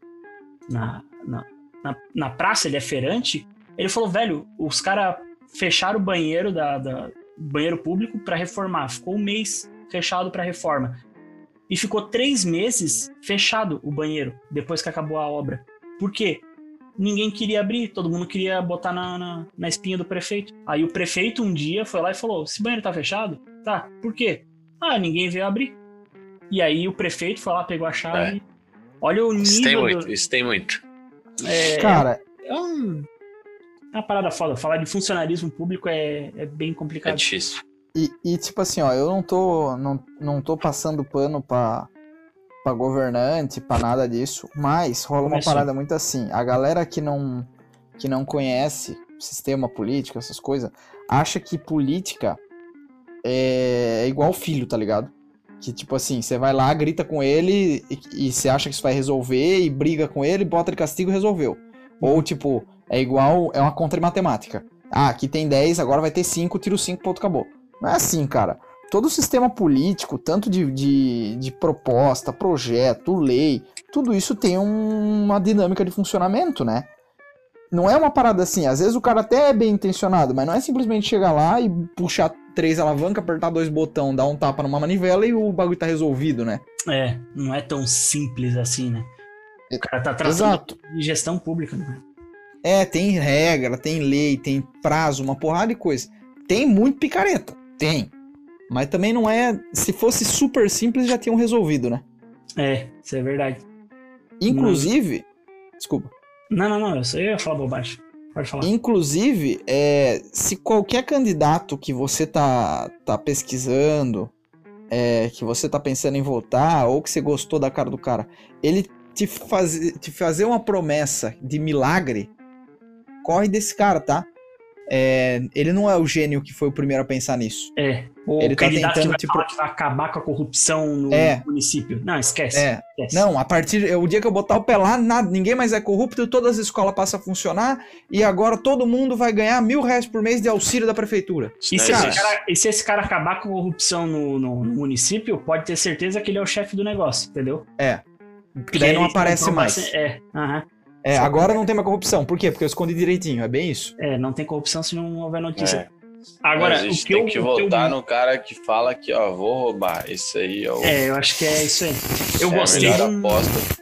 Speaker 2: na, na, na, na praça, ele é feirante, ele falou, velho, os caras fecharam o banheiro da, da- banheiro público para reformar. Ficou um mês fechado para reforma. E ficou três meses fechado o banheiro depois que acabou a obra. Por quê? Ninguém queria abrir, todo mundo queria botar na, na, na espinha do prefeito. Aí o prefeito um dia foi lá e falou: esse banheiro tá fechado? Tá, por quê? Ah, ninguém veio abrir. E aí o prefeito foi lá, pegou a chave. Olha o
Speaker 3: É. Isso tem
Speaker 2: nível. do-
Speaker 3: muito, isso tem muito.
Speaker 2: é,
Speaker 1: Cara,
Speaker 2: é um- é uma parada foda. Falar de funcionalismo público é, é bem
Speaker 3: É
Speaker 2: complicado.
Speaker 3: difícil.
Speaker 1: e, e tipo assim, ó, eu não tô, não, não tô passando pano pra, pra governante, pra nada disso, mas rola uma
Speaker 2: Começou.
Speaker 1: parada muito assim. A galera que não, que não conhece sistema político, essas coisas, acha que política é igual filho, tá ligado? Que tipo assim, você vai lá, grita com ele e, e você acha que isso vai resolver e briga com ele, bota de castigo e resolveu. Ou tipo, é igual, é uma conta de matemática. Ah, aqui tem 10, agora vai ter 5, tiro 5, ponto, acabou. Não é assim, cara. Todo o sistema político, tanto de, de, de proposta, projeto, lei, tudo isso tem um- uma dinâmica de funcionamento, né? Não é uma parada assim. Às vezes o cara até é bem intencionado, mas não é simplesmente chegar lá e puxar três alavancas, apertar dois botão, dar um tapa numa manivela e o bagulho tá resolvido, né?
Speaker 2: É, não é tão simples assim, né? O cara tá tratando
Speaker 1: Exato.
Speaker 2: de gestão pública, né?
Speaker 1: É, tem regra, tem lei, tem prazo, uma porrada de coisa. Tem muito picareta, tem. Mas também não é. Se fosse super simples, já tinham resolvido, né?
Speaker 2: É, isso é verdade.
Speaker 1: Inclusive. Desculpa.
Speaker 2: Não, não, não, eu só ia falar bobagem. Pode falar.
Speaker 1: Inclusive, é, se qualquer candidato que você tá, tá pesquisando, é, que você tá pensando em votar, ou que você gostou da cara do cara, ele te, faz, te fazer uma promessa de milagre, corre desse cara, tá? É, ele não é o gênio que foi o primeiro a pensar nisso.
Speaker 2: É, o
Speaker 1: Ele tá
Speaker 2: candidato que
Speaker 1: tentando
Speaker 2: vai
Speaker 1: te
Speaker 2: falar que vai acabar com a corrupção no
Speaker 1: É.
Speaker 2: município. Não, esquece.
Speaker 1: É,
Speaker 2: esquece.
Speaker 1: não, a partir. é, O dia que eu botar o pé lá, nada, ninguém mais é corrupto, todas as escolas passam a funcionar, e agora todo mundo vai ganhar mil reais por mês de auxílio da prefeitura.
Speaker 3: Isso
Speaker 2: E
Speaker 3: não
Speaker 2: se, esse
Speaker 3: existe.
Speaker 2: cara, e se esse cara acabar com a corrupção no, no- no município, pode ter certeza que ele é o chefe do negócio, entendeu?
Speaker 1: Que É. daí não
Speaker 2: Porque ele-
Speaker 1: aparece
Speaker 2: então vai
Speaker 1: mais.
Speaker 2: ser- É, aham.
Speaker 1: É, agora não tem mais corrupção. Por quê? Porque eu escondi direitinho, é bem isso.
Speaker 2: é, não tem corrupção se não houver notícia.
Speaker 3: É.
Speaker 2: Agora,
Speaker 3: a gente
Speaker 2: o que
Speaker 3: tem
Speaker 2: eu,
Speaker 3: que
Speaker 2: o eu-
Speaker 3: votar no cara que fala que, ó, vou roubar. Isso aí é o
Speaker 2: É, eu acho que é isso aí. Eu
Speaker 3: é a
Speaker 2: gostei. de
Speaker 3: melhor
Speaker 2: um-
Speaker 3: aposta.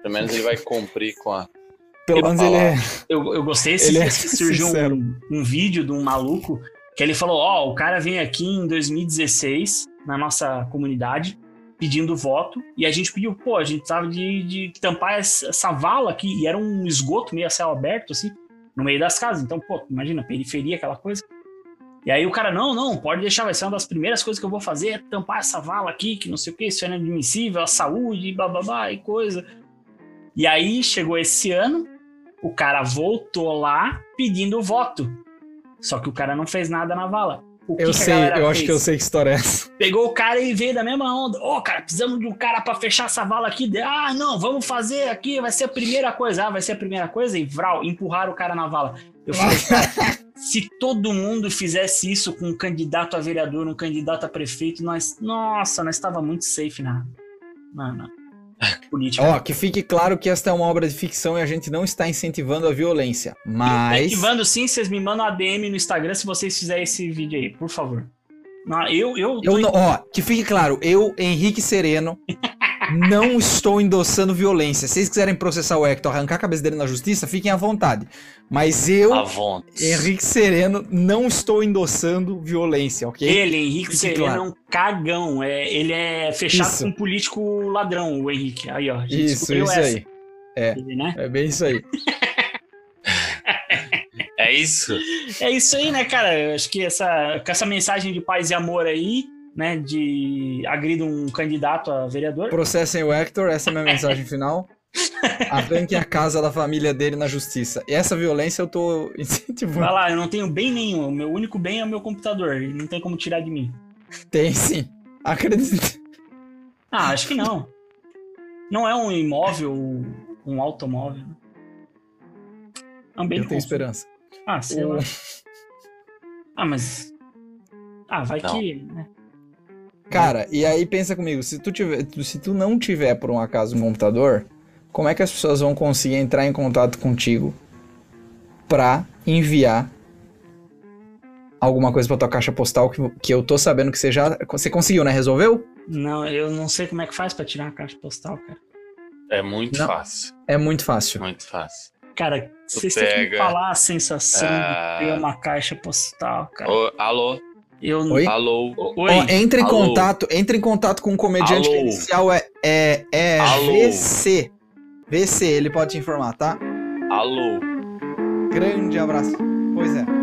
Speaker 3: Pelo menos ele vai cumprir com a.
Speaker 1: Pelo
Speaker 3: Eu
Speaker 1: menos
Speaker 3: falar.
Speaker 1: ele é.
Speaker 2: Eu, eu gostei esse
Speaker 1: Ele é
Speaker 2: dia que surgiu
Speaker 1: sincero.
Speaker 2: um, um vídeo de um maluco que ele falou: Ó, o cara veio aqui em 2016 na nossa comunidade pedindo voto e a gente pediu, pô, a gente tava de, de tampar essa, essa vala aqui e era um esgoto meio a céu aberto, assim, no meio das casas. Então, pô, imagina, periferia, aquela coisa. E aí o cara, não, não, pode deixar, vai ser uma das primeiras coisas que eu vou fazer é tampar essa vala aqui, que não sei o que, isso é inadmissível, a saúde, blá blá blá e coisa. E aí chegou esse ano, o cara voltou lá pedindo o voto. Só que o cara não fez nada na vala. O que que a galera fez?
Speaker 1: sei que história é essa.
Speaker 2: Pegou o cara e veio da mesma onda. Ô, cara, precisamos de um cara pra fechar essa vala aqui. Ah, não, vamos fazer aqui, vai ser a primeira coisa. Ah, vai ser a primeira coisa. E vral, empurraram o cara na vala. Eu falei, cara, se todo mundo fizesse isso com um candidato a vereador, um candidato a prefeito, nós, nossa, nós estava muito safe na, na, na política.
Speaker 1: Ó, que fique claro que esta é uma obra de ficção e a gente não está incentivando a violência. Mas.
Speaker 2: Incentivando sim, vocês me mandam ADM no Instagram se vocês fizerem esse vídeo aí, por favor. Não, eu, eu,
Speaker 1: Eu não- ó, que fique claro, eu, Henrique Sereno, Não estou endossando violência. Se vocês quiserem processar o Hector, arrancar a cabeça dele na justiça, fiquem à vontade. Mas eu,
Speaker 2: Ah,
Speaker 3: Avon.
Speaker 1: Henrique Sereno, não estou endossando violência, ok?
Speaker 2: Ele, Henrique
Speaker 1: Fique
Speaker 2: Sereno,
Speaker 1: claro.
Speaker 2: é um cagão. É, ele é fechado
Speaker 1: Isso.
Speaker 2: com um político ladrão, o Henrique. Aí, ó. a gente
Speaker 1: Isso,
Speaker 2: descobriu
Speaker 1: isso
Speaker 2: essa,
Speaker 1: aí.
Speaker 2: né?
Speaker 1: É bem isso aí.
Speaker 3: É isso.
Speaker 2: É isso aí, né, cara? Eu acho que essa, com essa mensagem de paz e amor aí, né? De agrido um candidato a vereador.
Speaker 1: Processem o Hector, essa é a minha mensagem final. Arranquem a casa da família dele na justiça. E essa violência eu tô incentivando.
Speaker 2: Vai lá, eu não tenho bem nenhum. O meu único bem é o meu computador. Ele não tem como tirar de mim.
Speaker 1: Tem sim. Acredito.
Speaker 2: Ah, acho que não. Não é um imóvel, um automóvel. É um bem
Speaker 1: Eu tenho
Speaker 2: de consumo.
Speaker 1: esperança.
Speaker 2: Ah, sei lá. Ah, mas. Ah, vai
Speaker 3: Não.
Speaker 2: que. né?
Speaker 1: Cara, e aí pensa comigo, se tu, tiver, se tu não tiver por um acaso um computador, como é que as pessoas vão conseguir entrar em contato contigo pra enviar alguma coisa pra tua caixa postal que, que eu tô sabendo que você já você conseguiu, né? Resolveu?
Speaker 2: Não, eu não sei como é que faz pra tirar uma caixa postal, cara.
Speaker 3: É muito
Speaker 1: Não.
Speaker 3: fácil.
Speaker 1: É muito fácil.
Speaker 3: Muito fácil.
Speaker 2: Cara,
Speaker 3: Tu
Speaker 2: vocês têm que
Speaker 3: pega.
Speaker 2: me falar a sensação
Speaker 3: Ah.
Speaker 2: de ter uma caixa postal, cara.
Speaker 3: Ô, alô?
Speaker 2: Eu não.
Speaker 1: Oi?
Speaker 3: Alô?
Speaker 2: Oi?
Speaker 1: Ó, é- entre em
Speaker 3: Alô?
Speaker 1: contato, entre em contato com um comediante que a
Speaker 3: Alô?
Speaker 1: inicial é é, é
Speaker 3: Alô?
Speaker 1: VC. VC, ele pode te informar, tá?
Speaker 3: Alô?
Speaker 1: Grande abraço. Pois é.